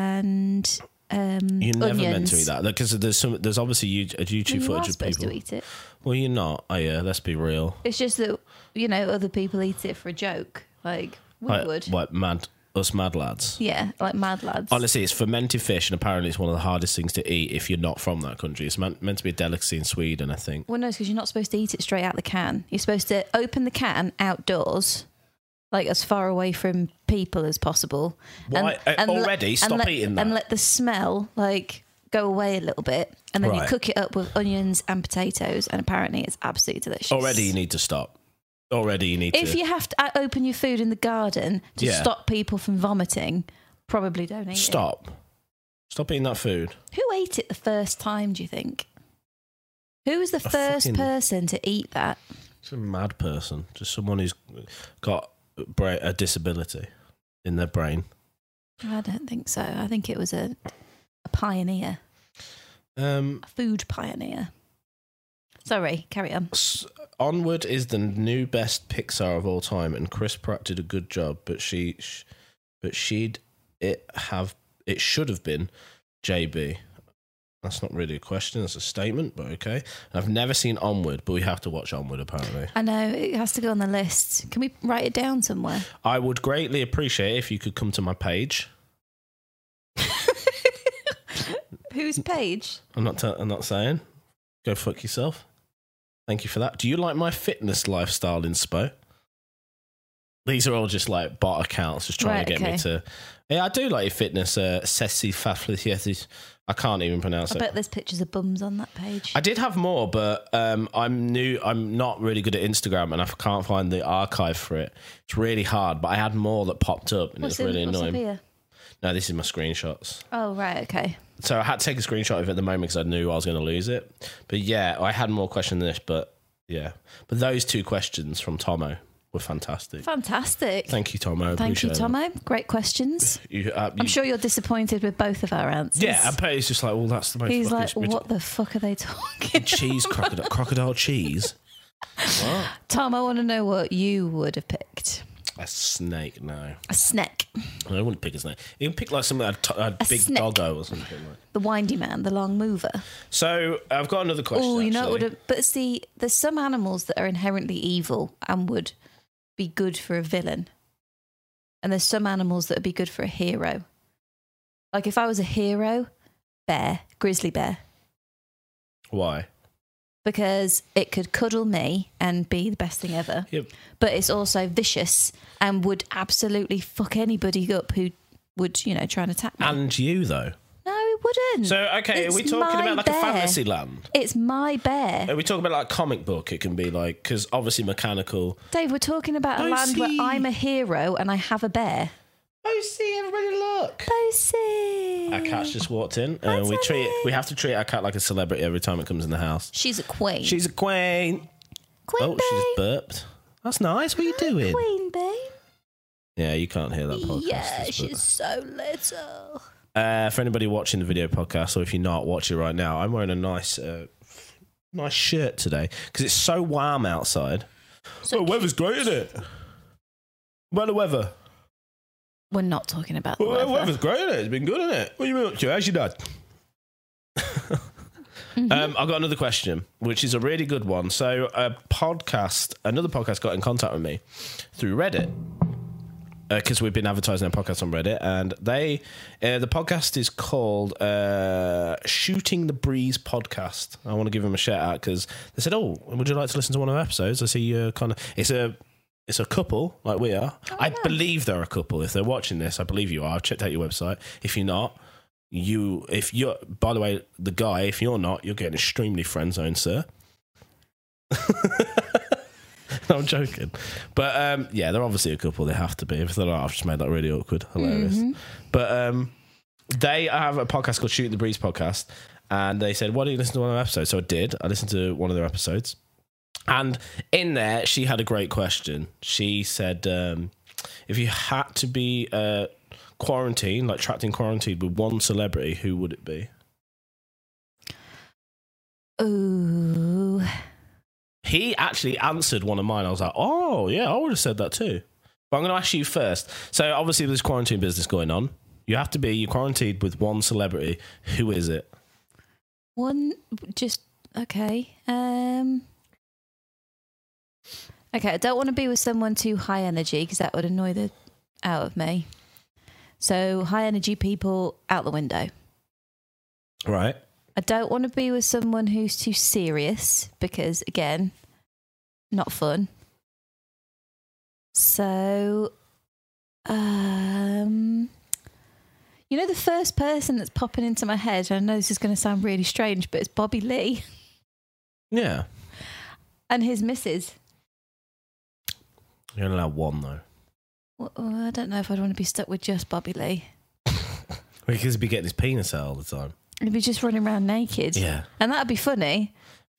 C: and um,
A: You're never
C: onions.
A: meant to eat that because there's some there's obviously you- a
C: Well,
A: YouTube
C: you are
A: footage of
C: supposed
A: people.
C: to eat it.
A: Well, you're not. Oh yeah, let's be real.
C: It's just that you know other people eat it for a joke, like we
A: Like,
C: would.
A: like mad us mad lads.
C: Yeah, like mad lads.
A: Honestly, it's fermented fish, and apparently it's one of the hardest things to eat if you're not from that country. It's meant, meant to be a delicacy in Sweden, I think.
C: Well, no, because you're not supposed to eat it straight out the can. You're supposed to open the can outdoors, like as far away from people as possible.
A: Why- uh, already?
C: and
A: Stop
C: let-
A: eating that.
C: And let the smell like go away a little bit, and then
A: Right.
C: you cook it up with onions and potatoes, and apparently it's absolutely delicious.
A: Already, you need to stop. Already, you need
C: if
A: to
C: you have to uh, open your food in the garden to
A: Yeah.
C: stop people from vomiting, probably don't eat
A: stop. Stop eating that food.
C: it. Who ate it the first time? Do you think? Who was the
A: A
C: first
A: fucking-
C: person to eat that?
A: It's a mad person. Just someone who's got bra- a disability in their brain.
C: I don't think so. I think it was a, a pioneer,
A: Um,
C: a food pioneer. Sorry, carry on.
A: S- Onward is the new best Pixar of all time, and Chris Pratt did a good job, but she, sh- but she'd it have it should have been JB. That's not really a question; that's a statement, but okay. I've never seen Onward, but we have to watch Onward. Apparently,
C: I know it has to go on the list. Can we write it down somewhere?
A: I would greatly appreciate if you could come to my page.
C: Whose page?
A: I'm not. T- I'm not saying. Go fuck yourself. Thank you for that. Do you like my fitness lifestyle in Spo? These are all just like bot accounts, just trying
C: Right,
A: to get
C: okay.
A: me to. Yeah, I do like your fitness. Uh, Sessi Faflithietis. I can't even pronounce
C: I
A: it.
C: bet there's pictures of bums on that page.
A: I did have more, but um, I'm new. I'm not really good at Instagram, and I can't find the archive for it. It's really hard. But I had more that popped up, and
C: what's
A: it's really
C: in, what's up
A: annoying.
C: here?
A: No, this is my screenshots.
C: Oh right, okay.
A: So I had to take a screenshot of it at the moment because I knew I was going to lose it. But yeah, I had more questions than this, but yeah. But those two questions from Tomo were fantastic.
C: Fantastic.
A: Thank you, Tomo.
C: Thank you,
A: Appreciate it.
C: Tomo. Great questions.
A: You, uh,
C: I'm
A: you-
C: sure you're disappointed with both of our answers.
A: Yeah, I bet it's just like, well, that's the most
C: He's
A: fucking
C: like,
A: stupid-
C: what the fuck are they talking?
A: cheese crocodile, crocodile cheese.
C: Tom, I want to know what you would have picked.
A: A snake? No,
C: A snake,
A: I wouldn't pick a snake. You can pick like something like a, t- a big
C: snake.
A: doggo or something like.
C: the windy man, the long mover.
A: So I've got another question.
C: Oh, you know, it would
A: actually.
C: have, but see, there's some animals that are inherently evil and would be good for a villain, and there's some animals that would be good for a hero. Like if I was a hero, bear, grizzly bear,
A: why?
C: because it could cuddle me and be the best thing ever.
A: Yep.
C: But it's also vicious and would absolutely fuck anybody up who would, you know, try and attack me.
A: And you though.
C: no, it wouldn't.
A: So okay,
C: It's
A: are we talking
C: my
A: about like a
C: bear.
A: fantasy land?
C: It's my bear.
A: Are we talking about like a comic book? It can be like because obviously mechanical.
C: Dave, we're talking about a
A: Oh,
C: land
A: see.
C: where I'm a hero and I have a bear.
A: Oh, see everybody, look.
C: Posy.
A: Our cat's just walked in, and
C: Hi,
A: we treat
C: Tommy.
A: we have to treat our cat like a celebrity every time it comes in the house.
C: She's a queen.
A: She's a queen.
C: queen
A: Oh,
C: bee.
A: she just burped. That's nice. What are you doing?
C: Queen bee.
A: Yeah, you can't hear that podcast.
C: Yeah,
A: It's-
C: she's so little.
A: Uh, for anybody watching the video podcast, or if you're not, watch it right now. I'm wearing a nice, uh, nice shirt today because it's so warm outside.
C: So
A: weather's great, isn't it? Well, the weather.
C: We're not talking about the
A: Well, the
C: weather.
A: weather's great, isn't it? It's been good, isn't it? What you been up to? How's your dad? Um, I've got another question, which is a really good one. So, a podcast, another podcast got in contact with me through Reddit because we've been advertising our podcast on Reddit, and they, uh, the podcast is called uh, Shooting the Breeze Podcast. I want to give them a shout out because they said, "Oh, would you like to listen to one of our episodes?" I see you kind of. It's a it's a couple like we are. I believe they're a couple. If they're watching this, I believe you are. I've checked out your website. If you're not, you if you're by the way, the guy, if you're not, you're getting extremely friend zoned, sir. No, I'm joking. But um, yeah, they're obviously a couple. They have to be. If they're not, I've just made that really awkward. Hilarious.
C: Mm-hmm.
A: But um, they have a podcast called Shoot the Breeze podcast. And they said, Why don't you listen to one of their episodes? So I did. I listened to one of their episodes. And in there, she had a great question. She said, um, If you had to be uh, quarantined, like trapped in quarantine with one celebrity, who would it be?
C: Ooh.
A: He actually answered one of mine. I was like, oh, yeah, I would have said that too. But I'm going to ask you first. So, obviously, there's quarantine business going on. You have to be, you're quarantined with one celebrity. Who is it?
C: One just okay. Um Okay, I don't want to be with someone too high energy because that would annoy the out of me. So high energy people out the window.
A: Right.
C: I don't want to be with someone who's too serious because again, not fun. So um you know the first person that's popping into my head, I know this is going to sound really strange, but it's Bobby Lee.
A: Yeah.
C: and his missus.
A: You're only allowed one, though.
C: Well, I don't know if I'd want to be stuck with just Bobby Lee.
A: Because he'd be getting his penis out all the time.
C: He'd be just running around naked.
A: Yeah.
C: And that'd be funny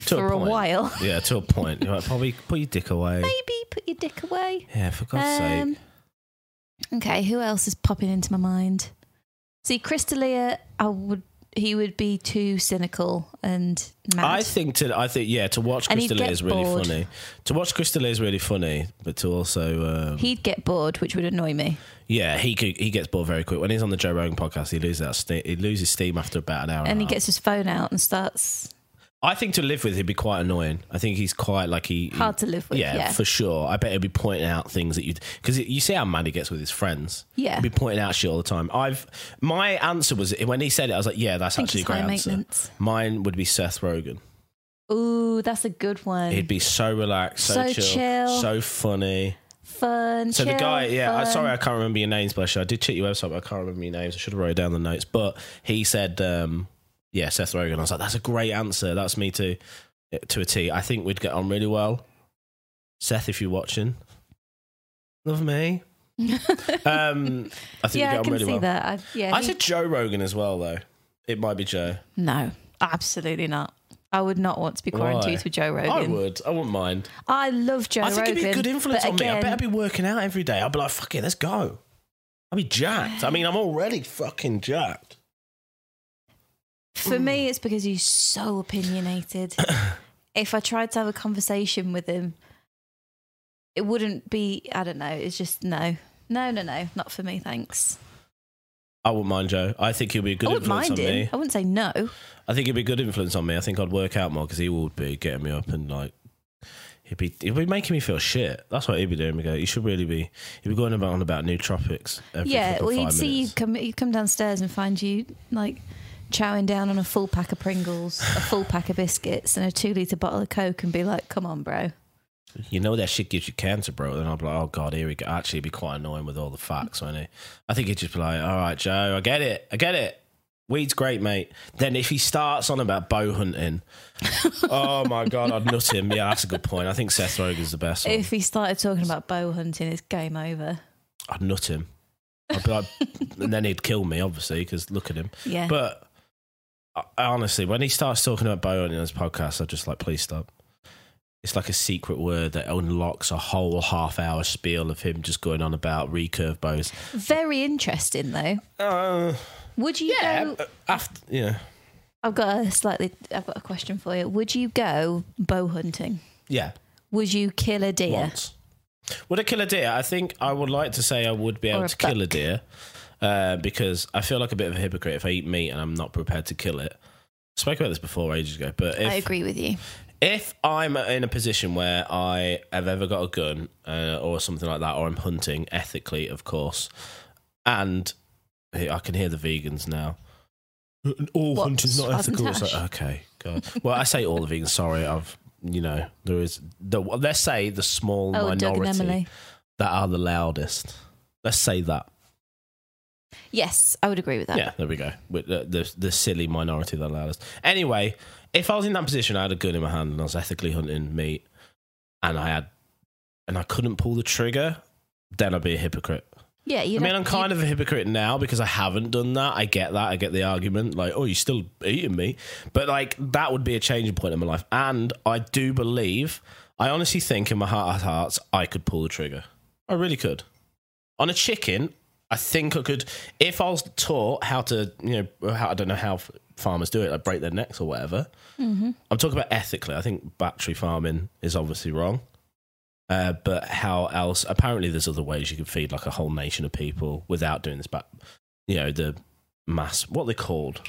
A: To
C: for a,
A: point.
C: while.
A: Yeah, to a point. You're like, probably put your dick away.
C: Maybe put your dick away.
A: Yeah, for
C: Um,
A: God's sake.
C: okay, who else is popping into my mind? See, Crystalia, I would he would be too cynical and mad.
A: I think to I think yeah to watch
C: And he'd
A: Crystal
C: get
A: is really
C: bored.
A: funny. To watch Crystal is really funny, but to also um,
C: He'd get bored, which would annoy me.
A: Yeah, he could, he gets bored very quick. When he's on the Joe Rogan podcast, he loses that ste- he loses steam after about an hour.
C: And
A: a
C: he
A: half.
C: gets his phone out and starts
A: I think to live with he'd be quite annoying. I think he's quite like he he-
C: hard to live with.
A: yeah,
C: Yeah.
A: for sure. I bet he'll be pointing out things that you because you see how mad he gets with his friends.
C: Yeah.
A: he'll be pointing out shit all the time. I've my answer was when he said it, I was like, yeah, that's
C: Think
A: actually a
C: he's
A: great
C: high
A: answer.
C: maintenance.
A: Mine would be Seth Rogen.
C: Ooh, that's a good one.
A: He'd be so relaxed, so,
C: So chill.
A: so funny.
C: fun.
A: So
C: chill,
A: the guy, yeah, I,
C: fun.
A: sorry, I can't remember your names, Bless you. I did check your website, but I can't remember your names. I should have wrote down the notes. But he said, um, yeah, Seth Rogen. I was like, that's a great answer. That's me too, to a T. I think we'd get on really well. Seth, if you're watching, love me. Um, I think we
C: yeah,
A: get
C: I
A: on
C: can
A: really
C: see
A: well.
C: that. I, yeah,
A: I
C: he-
A: said Joe Rogan as well, though. It might be Joe.
C: no, absolutely not. I would not want to be quarantined
A: Why?
C: with Joe Rogan.
A: I would. I wouldn't mind.
C: I love Joe
A: I think
C: Rogan.
A: it'd be a good influence
C: but
A: on me. I
C: again-
A: better be working out every day. I'd be like, fuck it, let's go. I'd be jacked. I mean, I'm already fucking jacked.
C: For
A: Mm.
C: me, it's because he's so opinionated. if I tried to have a conversation with him, it wouldn't be, I don't know, it's just no. No, no, no, not for me, thanks.
A: I wouldn't mind Joe. I think he'll be a good
C: I wouldn't
A: influence
C: mind
A: on
C: him.
A: me.
C: I wouldn't say no.
A: I think he'd be a good influence on me. I think I'd work out more because he would be getting me up and like he'd be he'd be making me feel shit. That's what he'd be doing. We go. You should really be. He'd be going about on about new tropics. Every
C: yeah,
A: fucking
C: well, he'd
A: five
C: see you
A: minutes.
C: come, he'd come downstairs and find you like chowing down on a full pack of Pringles, a full pack of biscuits, and a two litre bottle of Coke and be like, come on, bro.
A: you. know that shit gives you cancer, bro. Then I'd be like, oh god, here we go. Actually, it'd be quite annoying with all the facts, wouldn't he? I think he'd just be like, all right, Joe, I get it, I get it. Weed's great, mate. Then if he starts on about bow hunting, oh my god, I'd nut him. Yeah, that's a good point. I think Seth Rogen's the best. one.
C: If he started talking about bow hunting, it's game over.
A: I'd nut him. I'd be like, and then he'd kill me, obviously, because look at him.
C: Yeah.
A: But I, I honestly, when he starts talking about Bowen in his podcast, I'm just like, please stop. It's like a secret word that unlocks a whole half hour spiel of him just going on about recurve bows.
C: Very interesting, though.
A: Uh,
C: Would you
A: yeah.
C: go
A: uh, After, yeah.
C: I've got a slightly. I've got a question for you. Would you go bow hunting?
A: Yeah.
C: Would you kill a deer?
A: Once. Would I kill a deer? I think I would like to say I would be
C: Or
A: able
C: a
A: to kill a
C: buck.
A: deer uh, because I feel like a bit of a hypocrite if I eat meat and I'm not prepared to kill it. spoke about this before ages ago, but if
C: I agree with you.
A: if I'm in a position where I have ever got a gun uh, or something like that, or I'm hunting ethically, of course, and I can hear the vegans now. All
C: What?
A: hunting's not ethical. It's like,
C: Swantash?
A: okay, God. Well, I say all the vegans. Sorry, I've you know there is the let's say the small
C: Oh, Doug and
A: minority
C: Emily.
A: that are the loudest. Let's say that.
C: Yes, I would agree with that.
A: Yeah, there we go. With the, the the silly minority that allowed us. Anyway, if I was in that position, I had a gun in my hand and I was ethically hunting meat, and I had, and I couldn't pull the trigger, then I'd be a hypocrite.
C: Yeah, you.
A: I mean, I'm kind of a hypocrite now because I haven't done that. I get that. I get the argument, like, oh, you're still eating me. But, like, that would be a changing point in my life. And I do believe, I honestly think in my heart of hearts, I could pull the trigger. I really could. On a chicken, I think I could, if I was taught how to, you know, how, I don't know how farmers do it, like break their necks or whatever.
C: Mm-hmm.
A: I'm talking about ethically. I think battery farming is obviously wrong. Uh, but how else? Apparently, there's other ways you can feed like a whole nation of people without doing this. But you know, the mass what are they called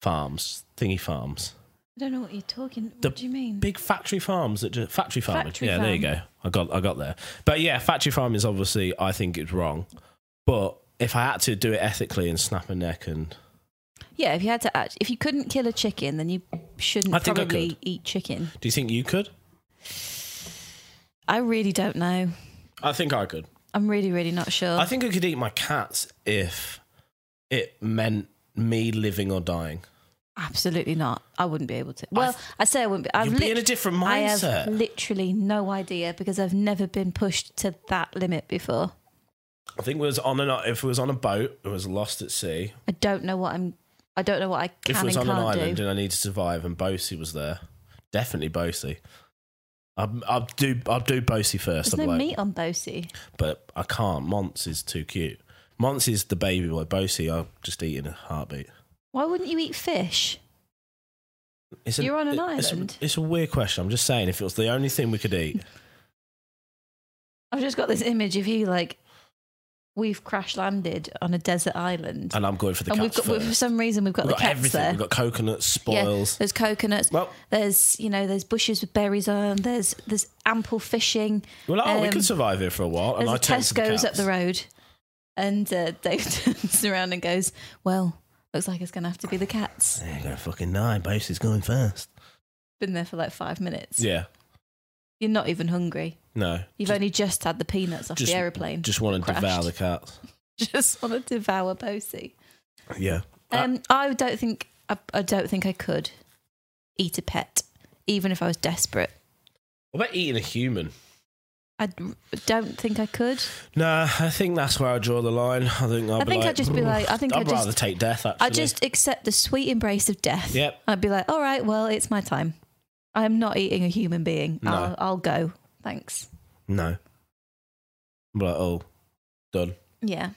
A: farms, thingy farms,
C: I don't know what you're talking.
A: The
C: what do you mean?
A: big factory farms that just factory farming.
C: Factory
A: yeah, there you
C: farm.
A: go. I got I got there. But yeah, factory farming is obviously I think it's wrong. But if I had to do it ethically and snap a neck and
C: yeah, if you had to, act, if you couldn't kill a chicken, then you shouldn't
A: I think I
C: probably
A: could.
C: eat chicken.
A: do you think you could?
C: I really don't know.
A: I think I could.
C: I'm really, really not sure.
A: I think I could eat my cats if it meant me living or dying.
C: Absolutely not. I wouldn't be able to. Well, I,
A: th-
C: say I wouldn't be. I've
A: You'd be in a different
C: I
A: mindset.
C: have literally no idea because I've never been pushed to that limit before.
A: I think we was on an if it was on a boat, it was lost at sea.
C: I don't know what I'm. I don't know what I can
A: if it
C: and
A: was on
C: can't
A: an island
C: do.
A: and I needed to survive, and Bosey was there, definitely Bosey. I'd, I'd do I'd do Bosey first.
C: There's
A: I'd be
C: no
A: like,
C: meat on Bosie.
A: but I can't. Monts is too cute. Monts is the baby boy. Bosey, I'll just eat in a heartbeat.
C: Why wouldn't you eat fish?
A: It's
C: You're on an
A: it's a-
C: island.
A: It's a, weird question. I'm just saying, if it was the only thing we could eat,
C: I've just got this image of you like we've crash landed on a desert island,
A: and I'm going for the
C: and we've
A: cats
C: got we've, for
A: first.
C: some reason we've got
A: We've
C: the
A: got
C: cats
A: everything.
C: there.
A: We've got coconuts, spoils.
C: Yeah, there's coconuts.
A: Well-
C: there's you know there's bushes with berries on. There's there's ample fishing.
A: Well, oh, we
C: Um,
A: could survive here for a while. And
C: There's
A: I
C: a
A: take some
C: Tesco's up
A: cats.
C: the road, and uh, Dave turns around and goes, "Well, looks like it's going to have to be the cats."
A: Yeah, got a fucking nine. Bosey's going first.
C: Been there for like five minutes.
A: Yeah.
C: You're not even hungry.
A: No.
C: You've only just had the peanuts off the aeroplane.
A: Just want to
C: Crashed.
A: devour the cats.
C: just want to devour Posey.
A: Yeah. Uh,
C: Um, I don't think I, I don't think I could eat a pet, even if I was desperate.
A: what about eating a human?
C: I d- don't think I could.
A: Nah, I think that's where I draw the line. I think I'd
C: I
A: be
C: think
A: like,
C: I'd just be like, I think
A: I'd
C: I'd just-
A: rather take death. Actually,
C: I just accept the sweet embrace of death.
A: Yep.
C: I'd be like, all right, well, it's my time. I'm not eating a human being.
A: No.
C: I'll, I'll go. Thanks.
A: no. I'm like, oh, done.
C: Yeah.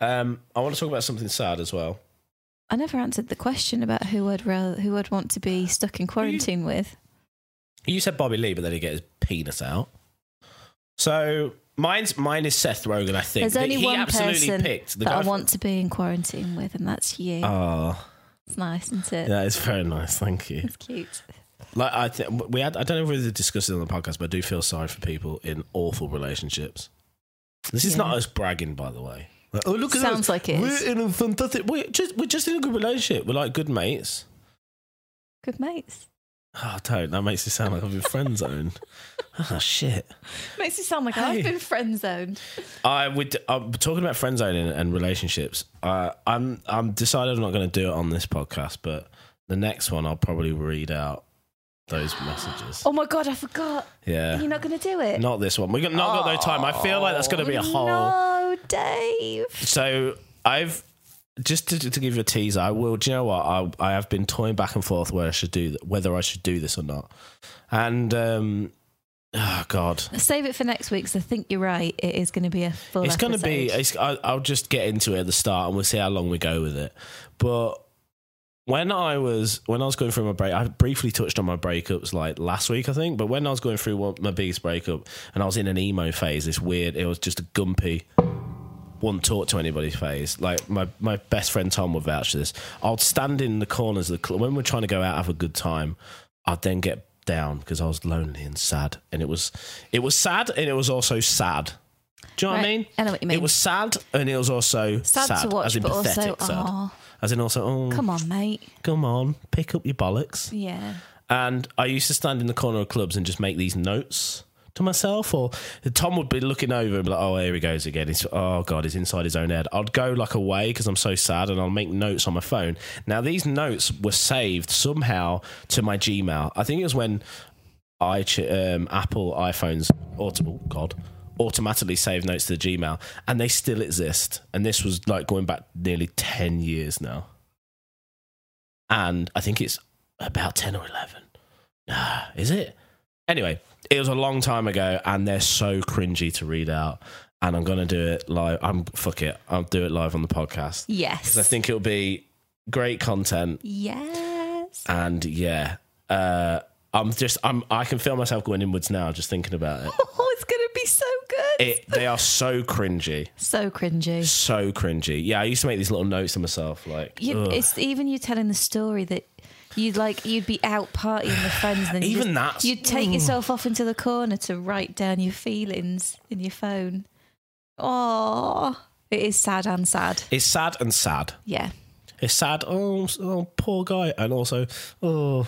A: Um, I want to talk about something sad as well.
C: I never answered the question about who I'd rather, who I'd want to be stuck in quarantine with.
A: You said Bobby Lee, but then he get his penis out. So mine's mine is Seth Rogen. I think
C: There's
A: That
C: only
A: he
C: one
A: absolutely
C: person
A: picked the
C: that
A: guy
C: I
A: from-
C: want to be in quarantine with, and that's you.
A: Oh,
C: it's nice, isn't it?
A: that is very nice. Thank you.
C: It's cute.
A: Like I think we had. I don't know if we discussed it on the podcast, but I do feel sorry for people in awful relationships. This is
C: Yeah.
A: not us bragging, by the way. Like, oh, look at
C: Sounds
A: us.
C: like it
A: We're
C: is.
A: in a fantastic. We're just we're just in a good relationship. We're like good mates.
C: Good mates.
A: Oh, don't. That makes it sound like I've been friend zoned.
C: Ah,
A: oh shit.
C: Makes you sound like
A: Hey.
C: I've been friend zoned.
A: I would. I'm talking about friend zoning and relationships. Uh, I'm. I'm decided I'm not going to do it on this podcast, but the next one I'll probably read out those messages.
C: Oh my god, I forgot.
A: yeah.
C: You're not going to do it.
A: Not this one. We've got, not got no time. I feel like that's going to be a whole.
C: No, Dave.
A: So I've just to, to give you a teaser. I will. Do you know what? I I have been toying back and forth where I should do th- whether I should do this or not. And um, oh god,
C: Save it for next week. So I think you're right. It is going to be a full.
A: it's going to be.
C: episode.
A: It's, I, I'll just get into it at the start, and we'll see how long we go with it. But when I was when I was going through my break, I briefly touched on my breakups like last week, I think. But when I was going through one, my biggest breakup, and I was in an emo phase, this weird. It was just a gumpy. Wouldn't talk to anybody phase. Like my, my best friend Tom would vouch for this. I'd stand in the corners of the club when we're trying to go out have a good time. I'd then get down because I was lonely and sad, and it was it was sad and it was also sad. Do you know what I
C: Right.
A: mean?
C: I know what you mean.
A: It was sad and it was also sad,
C: sad, to watch,
A: as in
C: but also,
A: pathetic sad.
C: aw,
A: As in also, oh, come
C: come on, mate.
A: on. pick up your bollocks.
C: Yeah.
A: And I used to stand in the corner of clubs and just make these notes to myself, or Tom would be looking over and be like, "Oh, here he goes again. He's, oh God, he's inside his own head." I'd go like away because I'm so sad, and I'll make notes on my phone. Now these notes were saved somehow to my Gmail. I think it was when I um, Apple iPhones audible God automatically save notes to the Gmail, and they still exist. And this was like going back nearly ten years now, and I think it's about ten or eleven. Nah, is it? Anyway, it was a long time ago, and they're so cringy to read out. And I'm gonna do it live. I'm fuck it. I'll do it live on the podcast
C: Yes.
A: because I think it'll be great content.
C: Yes.
A: And yeah, uh, I'm just I'm I can feel myself going inwards now just thinking about it.
C: Oh, it's going to be so good.
A: It they are so cringy,
C: so cringy.
A: so cringy. Yeah, I used to make these little notes to myself like
C: You,
A: ugh.
C: it's even you telling the story that you'd like you'd be out partying with friends. And then you
A: Even
C: just-
A: that's- Mm.
C: you'd take yourself off into the corner to write down your feelings in your phone. Oh, it is sad and sad.
A: it's sad and sad.
C: Yeah.
A: It's sad. Oh, s- oh, poor guy, and also oh,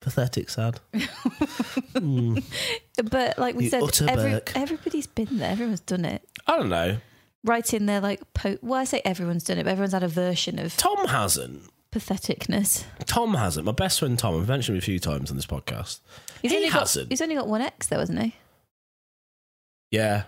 A: pathetic sad. Mm.
C: But like we
E: You
C: said,
E: utter
C: every,
E: Burke.
C: everybody's been there. Everyone's done it.
A: I don't know.
C: Right in there, like po- well, I say everyone's done it, but everyone's had a version of
A: Tom hasn't.
C: patheticness.
A: Tom hasn't. My best friend Tom. I've mentioned him a few times on this podcast.
C: He's
A: He
C: only got,
A: hasn't.
C: He's only got one ex, though, hasn't he?
A: Yeah.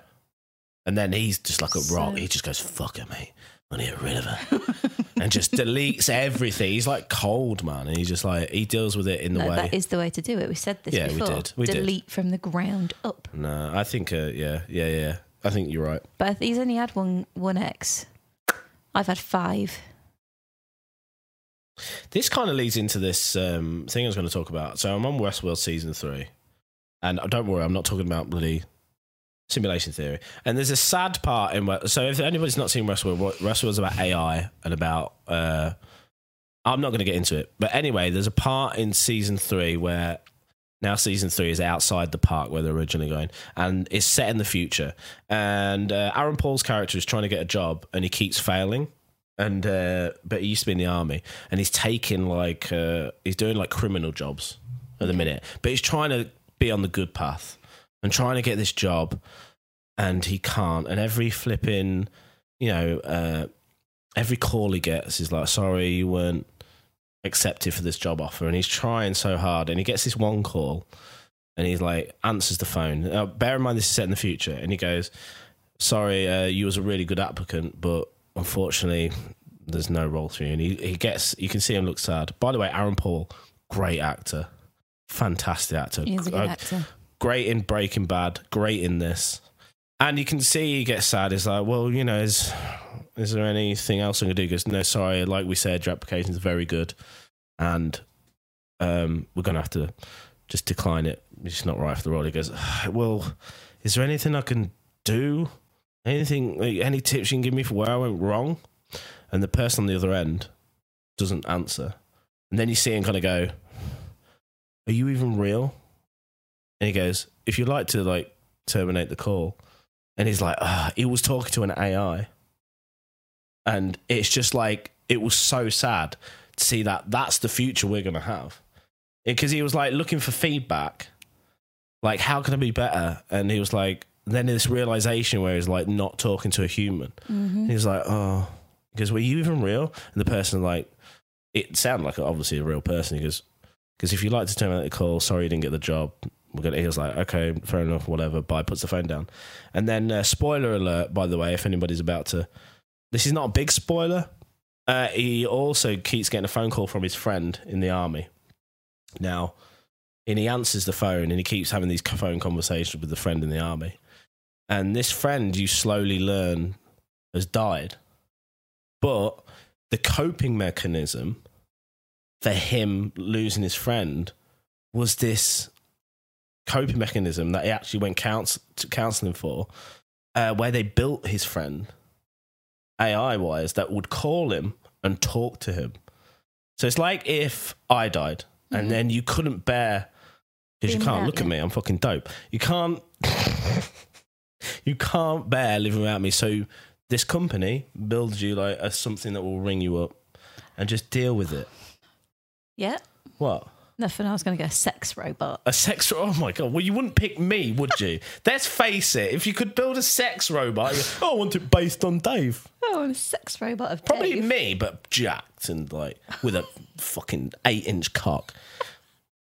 A: And then he's just like a rock.
C: So-
A: He just goes, fuck her, mate. I need to get rid of her. and just deletes everything. He's like cold, man. And he's just like, he deals with it in the
C: no,
A: way.
C: that is the way to do it. We said this
A: Yeah, we
C: before.
A: did. We did.
C: Delete from the ground up.
A: no, I think, uh, yeah, yeah, yeah. I think you're right.
C: But he's only had one one ex. I've had five.
A: This kind of leads into this um, thing I was going to talk about. So I'm on Westworld season three, and don't worry, I'm not talking about bloody simulation theory. And there's a sad part in West- so if anybody's not seen Westworld, what- Westworld's about AI and about. Uh, I'm not going to get into it, but anyway, there's a part in season three where now season three is outside the park where they're originally going and it's set in the future and uh, aaron paul's character is trying to get a job and he keeps failing and uh, but he used to be in the army and he's taking like uh, he's doing like criminal jobs at the minute but he's trying to be on the good path and trying to get this job and he can't and every flipping you know uh, every call he gets is like sorry you weren't accepted for this job offer and he's trying so hard and he gets this one call and he's like answers the phone. Now, bear in mind this is set in the future, and he goes, "Sorry, uh, you was a really good applicant, but unfortunately, there's no role for you." And he, he gets you can see him look sad. By the way, Aaron Paul, great actor, fantastic actor,
C: He is a good
A: Uh,
C: actor.
A: great in Breaking Bad, great in this. And you can see he gets sad. He's like, well, you know, is is there anything else I can do? He goes, no, sorry. Like we said, your application's very good, and um, we're gonna have to just decline it. It's not right for the role. He goes, "Ah, well, is there anything I can do? Anything? like, Any tips you can give me for where I went wrong? And the person on the other end doesn't answer. And then you see him kind of go, "Are you even real?" and he goes, "If you'd like to like terminate the call," and he's like, "Ah, "He was talking to an AI," and it's just like it was so sad to see that that's the future we're gonna have because he was like looking for feedback, like how can I be better, and he was like then this realization where he's like not talking to a human,
C: Mm-hmm.
A: and he's like, "Oh," he goes, "Were you even real?" and the person like it sounded like obviously a real person. He goes. Because if you'd like to terminate the call, sorry you didn't get the job, we're gonna, he was like, okay, fair enough, whatever. Bye. Puts the phone down, and then uh, spoiler alert, by the way, if anybody's about to, this is not a big spoiler. Uh, he also keeps getting a phone call from his friend in the army. Now, and he answers the phone, and he keeps having these phone conversations with the friend in the army. And this friend, you slowly learn, has died, but the coping mechanism for him losing his friend was this coping mechanism that he actually went counsel- to counseling for, uh, where they built his friend AI wise that would call him and talk to him. So it's like if I died and then you couldn't bear because you
C: Being
A: can't
C: without
A: look at
C: you.
A: me, I'm fucking dope. You can't, you can't bear living without me. So this company builds you like a something that will ring you up and just deal with it.
C: Yeah.
A: What?
C: Nothing. I was going to go sex robot.
A: A sex robot? Oh my god! Well, you wouldn't pick me, would you? Let's face it. If you could build a sex robot, you- oh, I want it based on Dave.
C: Oh, a sex robot of
A: Probably
C: Dave.
A: me, but jacked and like with a fucking eight-inch cock.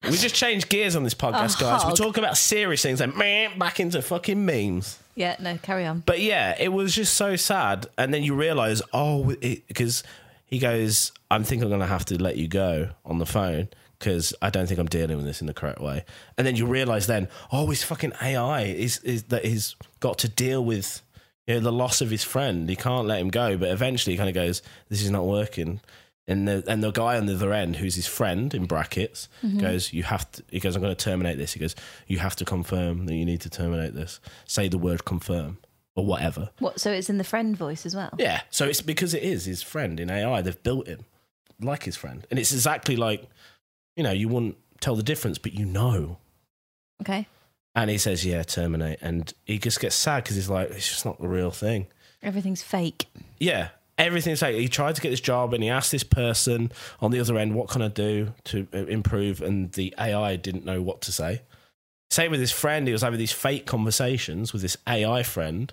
A: We just changed gears on this podcast, guys.
C: A
A: We
C: Oh, hog.
A: talk about serious things and meh, back into fucking memes.
C: Yeah. No. Carry on.
A: But yeah, it was just so sad. And then you realize, oh, because he goes, I think I'm going to have to let you go on the phone because I don't think I'm dealing with this in the correct way. And then you realize then, oh, his fucking AI is, is that he's got to deal with you know, the loss of his friend. He can't let him go. But eventually he kind of goes, this is not working. And the, and the guy on the other end, who's his friend in brackets, goes, You have to, he goes, I'm going to terminate this. He goes, You have to confirm that you need to terminate this. Say the word confirm or whatever.
C: What? So it's in the friend voice as well.
A: Yeah. So it's because it is his friend in AI. They've built him like his friend. And it's exactly like, you know, you wouldn't tell the difference, but you know.
C: Okay.
A: And he says, Yeah, terminate. And he just gets sad because he's like, It's just not the real thing.
C: Everything's fake.
A: yeah, everything's like he tried to get this job and he asked this person on the other end, what can I do to uh, improve? And the AI didn't know what to say. Same with his friend, he was having these fake conversations with this AI friend.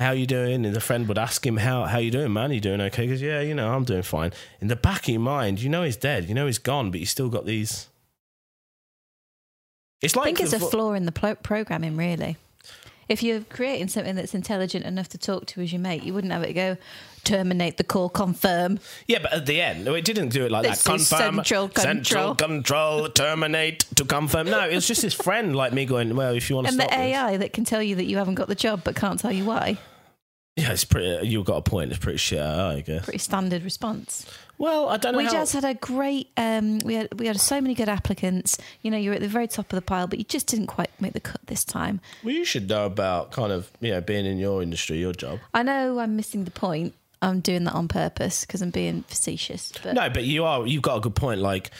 A: How you doing? And the friend would ask him, "How how you doing, man? You doing okay?" Because yeah, you know, I'm doing fine. In the back of your mind, you know he's dead. You know he's gone, but you still got these. It's like
C: I think it's
A: the
C: a
A: vo-
C: flaw in the pl- programming, really. If you're creating something that's intelligent enough to talk to as your mate, you wouldn't have it go terminate the call, confirm.
A: Yeah, but at the end, no, it didn't do it like
C: This
A: that.
C: is
A: Confirm,
C: central
A: central
C: control.
A: control, terminate to confirm. No, it was just his friend like me going, well, if you want to
C: And
A: stop
C: the
A: this.
C: AI that can tell you that you haven't got the job but can't tell you why.
A: yeah, it's pretty. You've got a point. It's pretty shit, I guess.
C: Pretty standard response.
A: Well, I don't know.
C: we
A: how-
C: just had a great um, we had we had so many good applicants. You know, you're at the very top of the pile, but you just didn't quite make the cut this time.
A: well, you should know about kind of you know being in your industry, your job.
C: I know I'm missing the point. I'm doing that on purpose because I'm being facetious. But
A: No, but you are. You've got a good point. Like,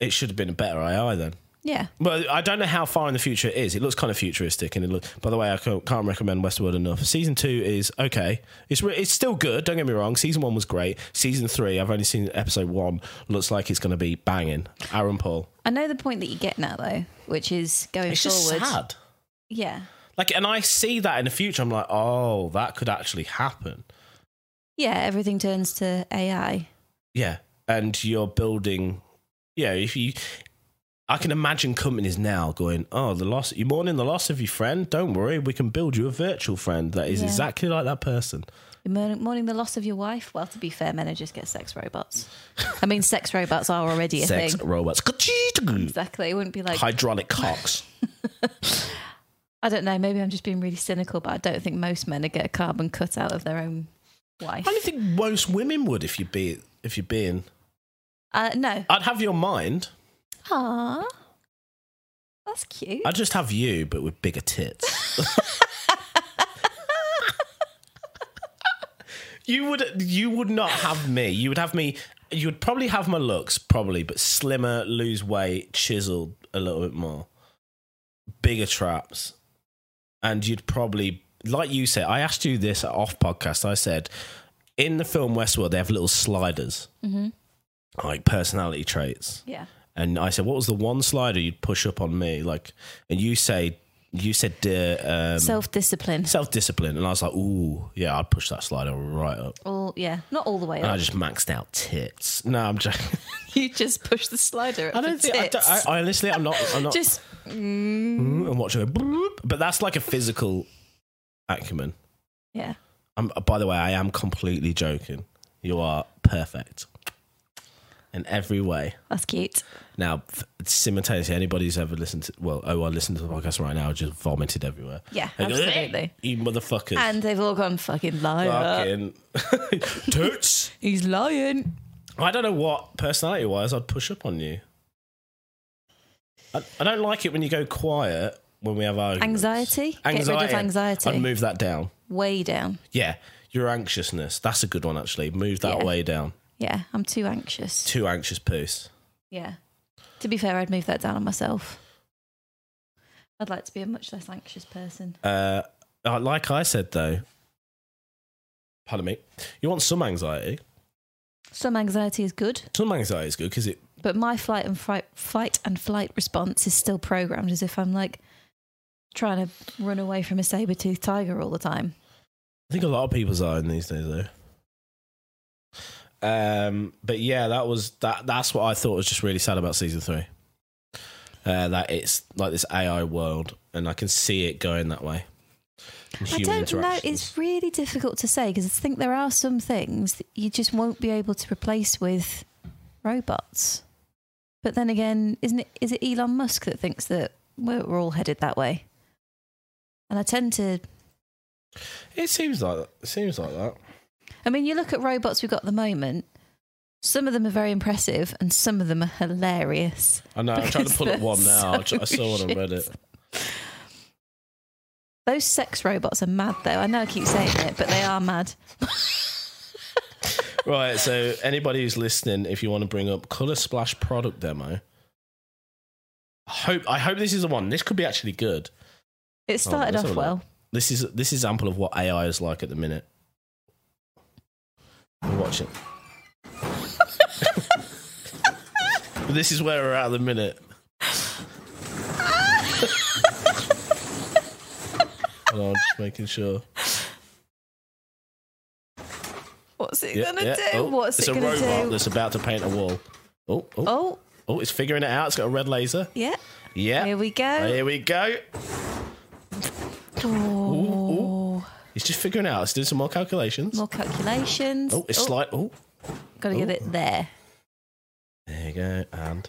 A: it should have been a better AI then.
C: yeah.
A: Well, I don't know how far in the future it is. It looks kind of futuristic, and it looks. By the way, I can't can't recommend Westworld enough. Season two is okay. It's re- it's still good. Don't get me wrong. Season one was great. Season three, I've only seen episode one. Looks like it's going to be banging. Aaron Paul.
C: I know the point that you're getting at though, which is going
A: It's just
C: forward.
A: sad.
C: Yeah.
A: Like, and I see that in the future. I'm like, oh, that could actually happen.
C: Yeah, everything turns to AI.
A: Yeah, and you're building. Yeah, if you. I can imagine companies now going, "Oh, the loss you're mourning the loss of your friend. Don't worry, we can build you a virtual friend that is
C: Yeah.
A: exactly like that person."
C: You're mourning, mourning the loss of your wife. Well, to be fair, men are just get sex robots. I mean, sex robots are already a
A: Sex
C: thing.
A: robots,
C: Exactly. It wouldn't be like
A: hydraulic cocks.
C: I don't know. Maybe I'm just being really cynical, but I don't think most men would get a carbon cut out of their own wife.
A: I don't think most women would if you be if you're being.
C: Uh, no.
A: I'd have your mind.
C: Aww. That's cute.
A: I'd just have you, but with bigger tits. you would you would not have me. You would have me. You would probably have my looks, probably, but slimmer, lose weight, chiseled a little bit more, bigger traps, and you'd probably like you said. I asked you this off podcast. I said in the film Westworld they have little sliders, like personality traits.
C: yeah.
A: And I said, "What was the one slider you'd push up on me?" Like, and you say, "You said uh, um,
C: Self discipline.
A: self discipline," and I was like, "Ooh, yeah, I'd push that slider right up."
C: All yeah, not all the way
A: And I
C: up.
A: just maxed out tits. No, I'm joking.
C: you just push the slider. Up
A: I don't think. I, don't, I, I honestly, I'm not. I'm not.
C: just
A: I'm watching. it. Bloop. But that's like a physical acumen.
C: yeah.
A: I'm, by the way, I am completely joking. You are perfect in every way.
C: That's cute.
A: Now, f- simultaneously, anybody who's ever listened to, well, oh, I listened to the podcast right now, just vomited everywhere.
C: Yeah,
A: Like,
C: absolutely.
A: You motherfuckers.
C: And they've all gone fucking liar.
A: Fucking toots.
C: He's lying.
A: I don't know what personality wise I'd push up on you. I, I don't like it when you go quiet when we have arguments.
C: Anxiety? Get rid of
A: Anxiety.
C: anxiety.
A: I'd move that down.
C: Way down.
A: Yeah. Your anxiousness. That's a good one, actually. Move that
C: Yeah.
A: way down.
C: Yeah, I'm too anxious.
A: Too anxious poos.
C: Yeah. To be fair, I'd move that down on myself. I'd like to be a much less anxious person.
A: Uh, uh, like I said, though, pardon me, you want some anxiety.
C: Some anxiety is good,
A: Some anxiety is good because it.
C: but my flight and fright, fight and flight response is still programmed as if I'm like trying to run away from a saber toothed tiger all the time.
A: I think a lot of people's are in these days, though. Um, but yeah, that was that. That's what I thought was just really sad about season three. Uh, that it's like this AI world, and I can see it going that way. And
C: I
A: human
C: don't know.
A: interactions.
C: It's really difficult to say because I think there are some things that you just won't be able to replace with robots. But then again, isn't it? Is it Elon Musk that thinks that we're, we're all headed that way? And I tend to.
A: It seems like that. It seems like that.
C: I mean, you look at robots we've got at the moment. Some of them are very impressive, and some of them are hilarious.
A: I know. I'm trying to
C: Because
A: pull up
C: they're
A: one now. I
C: so
A: I saw one on
C: shit.
A: Reddit.
C: Those sex robots are mad, though. I know I keep saying it, but they are mad.
A: Right, so anybody who's listening, if you want to bring up Color Splash product demo, I hope I hope this is the one. This could be actually good.
C: It started
A: Oh, let's have
C: off
A: a look.
C: well.
A: This is this is ample of what AI is like at the minute. We're watching. this is where we're at at the minute. Hold on, just making sure.
C: What's it
A: Yeah,
C: gonna
A: yeah.
C: do?
A: Oh,
C: What's
A: it's
C: it
A: a
C: gonna
A: robot
C: do?
A: that's about to paint a wall. Oh, oh, oh,
C: Oh,
A: it's figuring it out. It's got a red laser.
C: yeah.
A: Yeah.
C: Here we go.
A: Here we go.
C: Oh,
A: He's just figuring out. He's doing some more calculations.
C: more calculations.
A: Oh, it's slight. Oh,
C: got to get it there.
A: there you go. And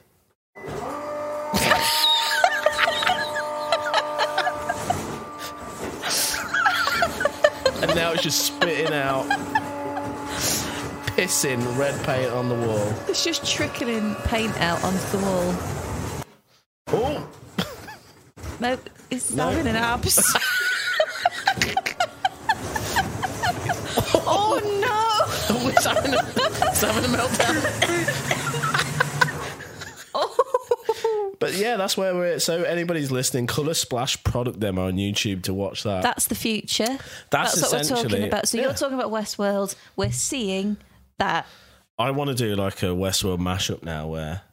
A: and now it's just spitting out, pissing red paint on the wall.
C: It's just trickling paint out onto the wall.
A: Oh,
C: No, it's
A: No.
C: having an abs. oh no!
A: oh it's, having a, it's having a meltdown.
C: Oh.
A: But yeah, that's where we're. At. So anybody's listening, Color Splash product demo on YouTube to watch that.
C: That's the future.
A: That's
C: what we're talking
A: essentially-
C: about. So
A: yeah.
C: you're talking about Westworld. We're seeing that.
A: I want to do like a Westworld mashup now where.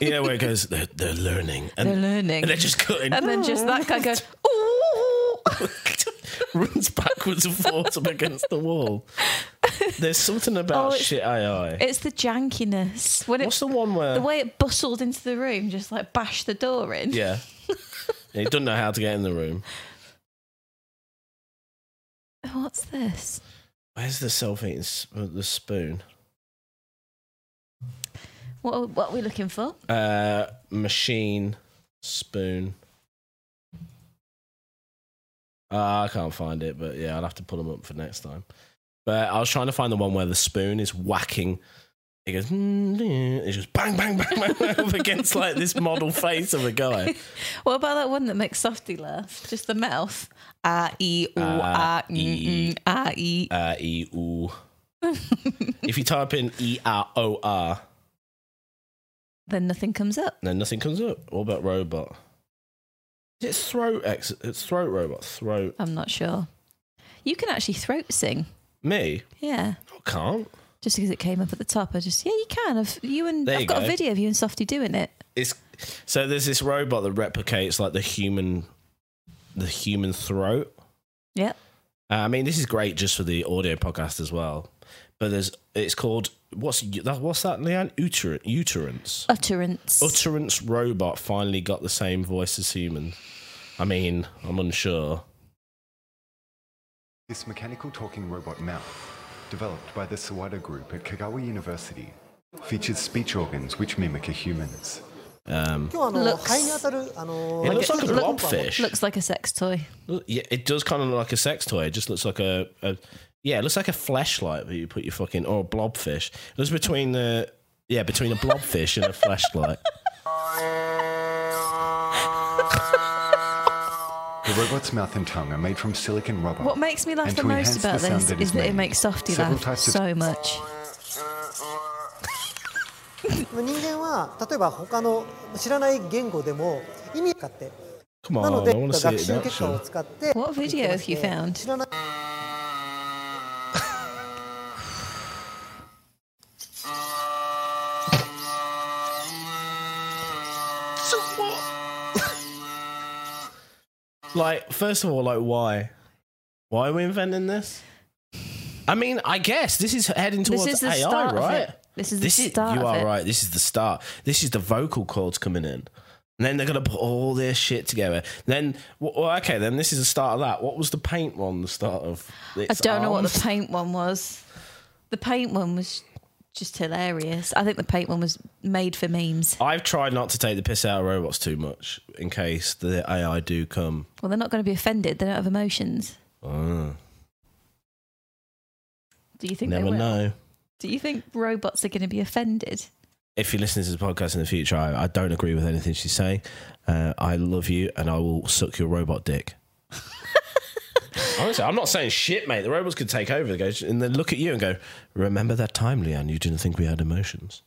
A: you know where it goes. They're, they're learning, and
C: They're learning.
A: and they're just cutting.
C: And then just that guy goes, ooh!
A: runs backwards and forwards up against the wall. There's something about
C: Oh, it's-
A: shit AI.
C: It's the jankiness. When
A: What's
C: it,
A: the one where?
C: the way it bustled into the room, just like bashed the door in.
A: yeah. he doesn't know how to get in the room.
C: What's this?
A: Where's the self-eating s- uh, the spoon?
C: What are, what are we looking for?
A: Uh, machine spoon. Uh, I can't find it, but yeah, I'll have to pull them up for next time. But I was trying to find the one where the spoon is whacking. It goes, it's just bang, bang, bang, bang, bang up against like this model face of a guy.
C: What about that one that makes Softy laugh? Just the mouth. Ah, ee, ooh, ah,
A: E.
C: mm, mm, ah, ee.
A: Uh, e ooh. if you type in E R O R,
C: Then nothing comes up.
A: then nothing comes up. What about robot? It's throat ex. It's throat robot. Throat
C: I'm not sure. You can actually throat sing.
A: me.
C: Yeah.
A: I can't.
C: Just because it came up at the top, I just, yeah, you can. I've, you and,
A: There
C: I've
A: you
C: got
A: go.
C: a video of you and Softy doing it.
A: it's so there's this robot that replicates like the human the human throat
C: Yep.
A: uh, i mean this is great just for the audio podcast as well but there's it's called what's that what's that leanne Uter, uterance
C: Utterance.
A: utterance robot finally got the same voice as human i mean i'm unsure
F: This mechanical talking robot mouth, developed by the Sawada Group at Kagawa University, features speech organs which mimic a human's.
A: um
G: 今日はあの
C: Looks-
G: 肺に当たるあの
A: it looks like a
C: look-
A: blobfish
C: Looks like a sex toy.
A: yeah it does kind of look like a sex toy it just looks like a, a yeah it looks like a flashlight that you put your fucking or a blobfish it was between the yeah between a blobfish and a flashlight
F: The robot's mouth and tongue are made from silicon rubber.
C: What makes me laugh
F: and
C: the
F: to
C: most
F: enhance
C: about
F: the sound
C: this
F: that
C: is that it
F: made,
C: makes Softy
F: several
C: laugh
F: types of-
C: so much.
G: 人間は例えば他の知らない言語でも意味があって
A: Come
G: な
A: on,
G: の
A: I
G: で
A: want to see it
G: 学
A: in
G: 習結果
A: action.
G: を使って。
C: What video have you found?
G: 知らない
A: Like, first of all, like, why? Why are we inventing this? I mean, I guess this is heading
C: This
A: towards
C: is the
A: AI,
C: start of
A: right?
C: it. This is the start
A: You
C: of
A: are
C: it.
A: right. This is the start. This is the vocal cords coming in. And then they're going to put all this shit together. Then, well, well, okay, then this is the start of that. What was the paint one, the start of?
C: I don't know what the paint one was. The paint one was just hilarious. I think the paint one was made for memes.
A: I've tried not to take the piss out of robots too much in case the AI do come.
C: Well, they're not going to be offended. They don't have emotions.
A: Oh,
C: Do you think they
A: never
C: will?
A: know.
C: Do you think robots are going to be offended?
A: if you listen to this podcast in the future, I, I don't agree with anything she's saying. Uh, I love you, and I will suck your robot dick. Honestly, I'm not saying shit, mate. The robots could take over. They go and then look at you and go, "Remember that time, Leanne? You didn't think we had emotions."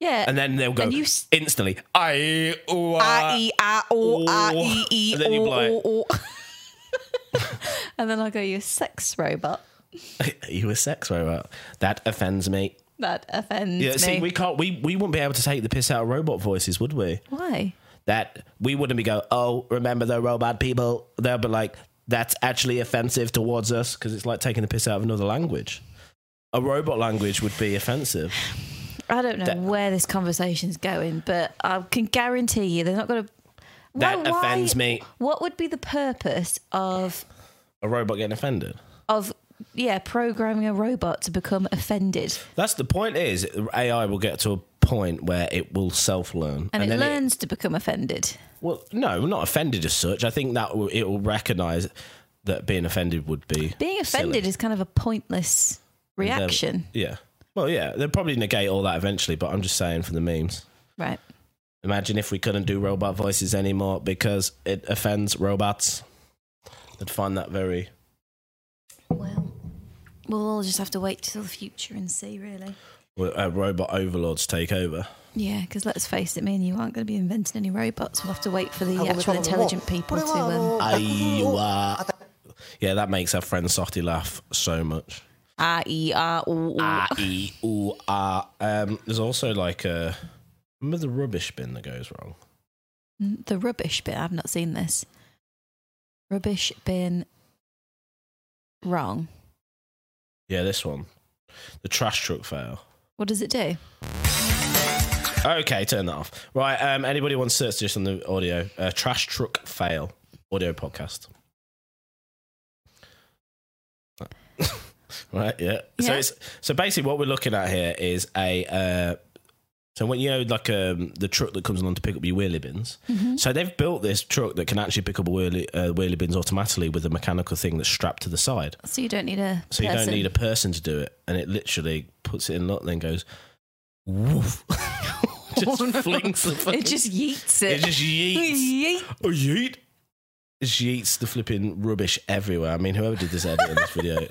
C: Yeah.
A: And then they'll go
C: Uh, And you s-
A: instantly. I oh,
C: Ah,
A: uh,
C: ee, ah, oh, ah, ee, ee,
A: And then you'd be like-
C: oh, oh, oh. And then I'll go, you sex robot. e-,
A: you a sex robot. That offends me.
C: That offends
A: Yeah,
C: me.
A: see, we can't. We we wouldn't be able to take the piss out of robot voices, would we?
C: Why?
A: that we wouldn't be go, oh, remember the robot people. They'll be like, that's actually offensive towards us because it's like taking the piss out of another language. A robot language would be offensive.
C: I don't know
A: That-
C: where this conversation's going, but I can guarantee you they're not going to.
A: That offends me.
C: What would be the purpose of
A: A robot getting offended.
C: of yeah programming a robot to become offended?
A: That's the point. Is AI will get to a point where it will self-learn
C: And, it
A: then
C: learns to become offended.
A: well, no, not offended as such. I think that will, it will recognize that being offended would be
C: Being offended
A: silly.
C: is kind of a pointless reaction,
A: Yeah. Well, yeah, they'll probably negate all that eventually. But I'm just saying for the memes.
C: right?
A: Imagine if we couldn't do robot voices anymore because it offends robots. I'd find that very.
C: Well, we'll all just have to wait till the future and see, really.
A: Uh, robot overlords take over.
C: Yeah, because let's face it, me and you aren't going to be inventing any robots. We'll have to wait for the
G: あごめん
C: actual
G: ごめん
C: intelligent
G: こ
C: people
G: れ
C: to.
G: は
C: Um,
G: あの楽譜を
A: Aiwa. Yeah, that makes our friend Softy laugh so much.
C: ah, ee, ah, ooh, ooh.
A: Ah, ee, ooh, ah. Um, there's also like a. Remember the rubbish bin that goes wrong?
C: The rubbish bin. I've not seen this. Rubbish bin. Wrong.
A: Yeah, this one. The trash truck fail.
C: What does it do?
A: Okay, turn that off. Right, um, anybody wants to search this on the audio? Uh, trash truck fail audio podcast. right, yeah. So
C: Yeah.
A: it's so basically what we're looking at here is a uh, so when you know like um, the truck that comes along to pick up your wheelie bins.
C: Mm-hmm.
A: So they've built this truck that can actually pick up a wheelie uh, wheelie bins automatically with a mechanical thing that's strapped to the side.
C: So you don't need a.
A: So you
C: person.
A: don't need a person to do it, and it literally puts it in lock, then goes woof, just
C: Oh, no.
A: flings the fucking,
C: It just yeets it.
A: it just yeets,
C: Yeet.
A: oh, yeet, It just yeets the flipping rubbish everywhere. I mean, whoever did this edit in this video,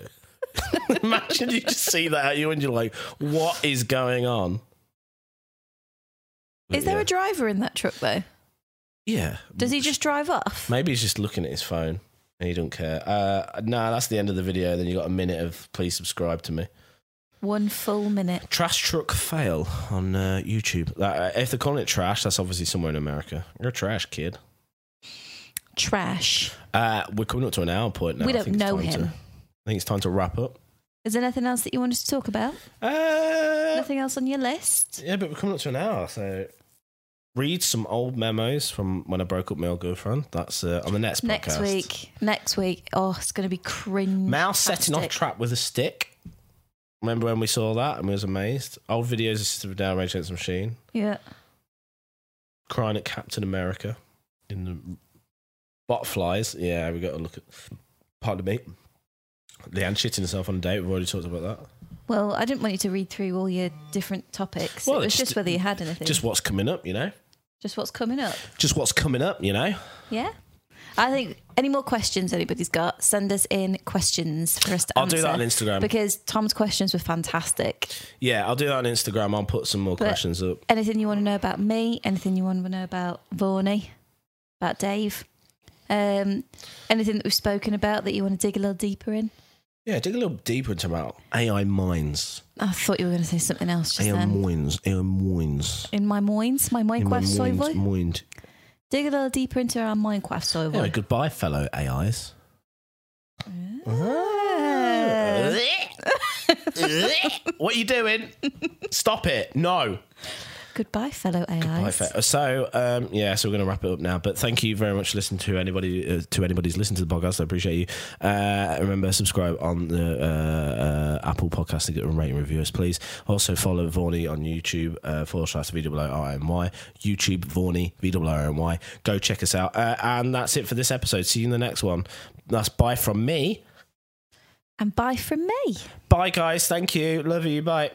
A: imagine you just see that at you and you're like, what is going on? But
C: Is there
A: yeah.
C: a driver in that truck though?
A: yeah?
C: Does he just drive off?
A: Maybe he's just looking at his phone and he don't care. Uh, nah, that's the end of the video. Then you got a minute of please subscribe to me.
C: One full minute.
A: Trash truck fail on uh, YouTube. That, uh, if they're calling it trash, that's obviously somewhere in America. You're a trash kid.
C: Trash.
A: Uh, we're coming up to an hour point now.
C: We
A: I
C: don't
A: think it's
C: know
A: time
C: him.
A: to- I think it's time to wrap up.
C: Is there anything else that you want us to talk about?
A: Uh,
C: Nothing else on your list?
A: yeah, but we're coming up to an hour, so read some old memos from when I broke up my old girlfriend. That's uh, on the next podcast.
C: Next week. Next week. Oh, it's going to be cringe.
A: Mouse setting off
C: tastic.
A: trap with a stick. Remember when we saw that and we was amazed? Old videos of System of a Down, Rage Against the Machine,
C: Yeah.
A: crying at Captain America in the bot flies. Yeah, we got to look at. Pardon me. Leanne shitting herself on a date. We've already talked about that.
C: Well, I didn't want you to read through all your different topics.
A: Well,
C: it was
A: it's
C: just,
A: just-
C: whether you had anything.
A: Just what's coming up, you know.
C: Just what's coming up.
A: Just what's coming up, you know.
C: Yeah. I think any more questions anybody's got, send us in questions for us to
A: I'll
C: answer.
A: do that on Instagram.
C: Because Tom's questions were fantastic.
A: Yeah, I'll do that on Instagram. I'll put some more
C: But-
A: questions up.
C: anything you want to know about me, anything you want to know about Vaughnie, about Dave, um, anything that we've spoken about that you want to dig a little deeper in.
A: Yeah, dig a little deeper into about AI minds,
C: I thought you were going to say something else just
A: AI
C: then.
A: minds, AI minds.
C: In my minds, my
A: In my
C: Minecraft
A: minds,
C: server.
A: mind.
C: Dig a little deeper into our Minecraft
A: Yeah,
C: server.
A: goodbye, fellow AIs.
C: Ah. Uh,
A: what are you doing? Stop it. No.
C: Goodbye, fellow AIs.
A: Hi, Fe- So um, yeah, so we're going to wrap it up now. But thank you very much for listening to anybody uh, to anybody's listened to the podcast. I appreciate you. Uh, remember subscribe on the uh, uh, Apple Podcast to get a rating review us, please. Also follow Vaughny on YouTube uh, forward slash V O R N Y YouTube Vaughny V O R N Y. Go check us out. Uh, and that's it for this episode. See you in the next one. That's bye from me.
C: And bye from me.
A: Bye guys. Thank you. Love you. Bye.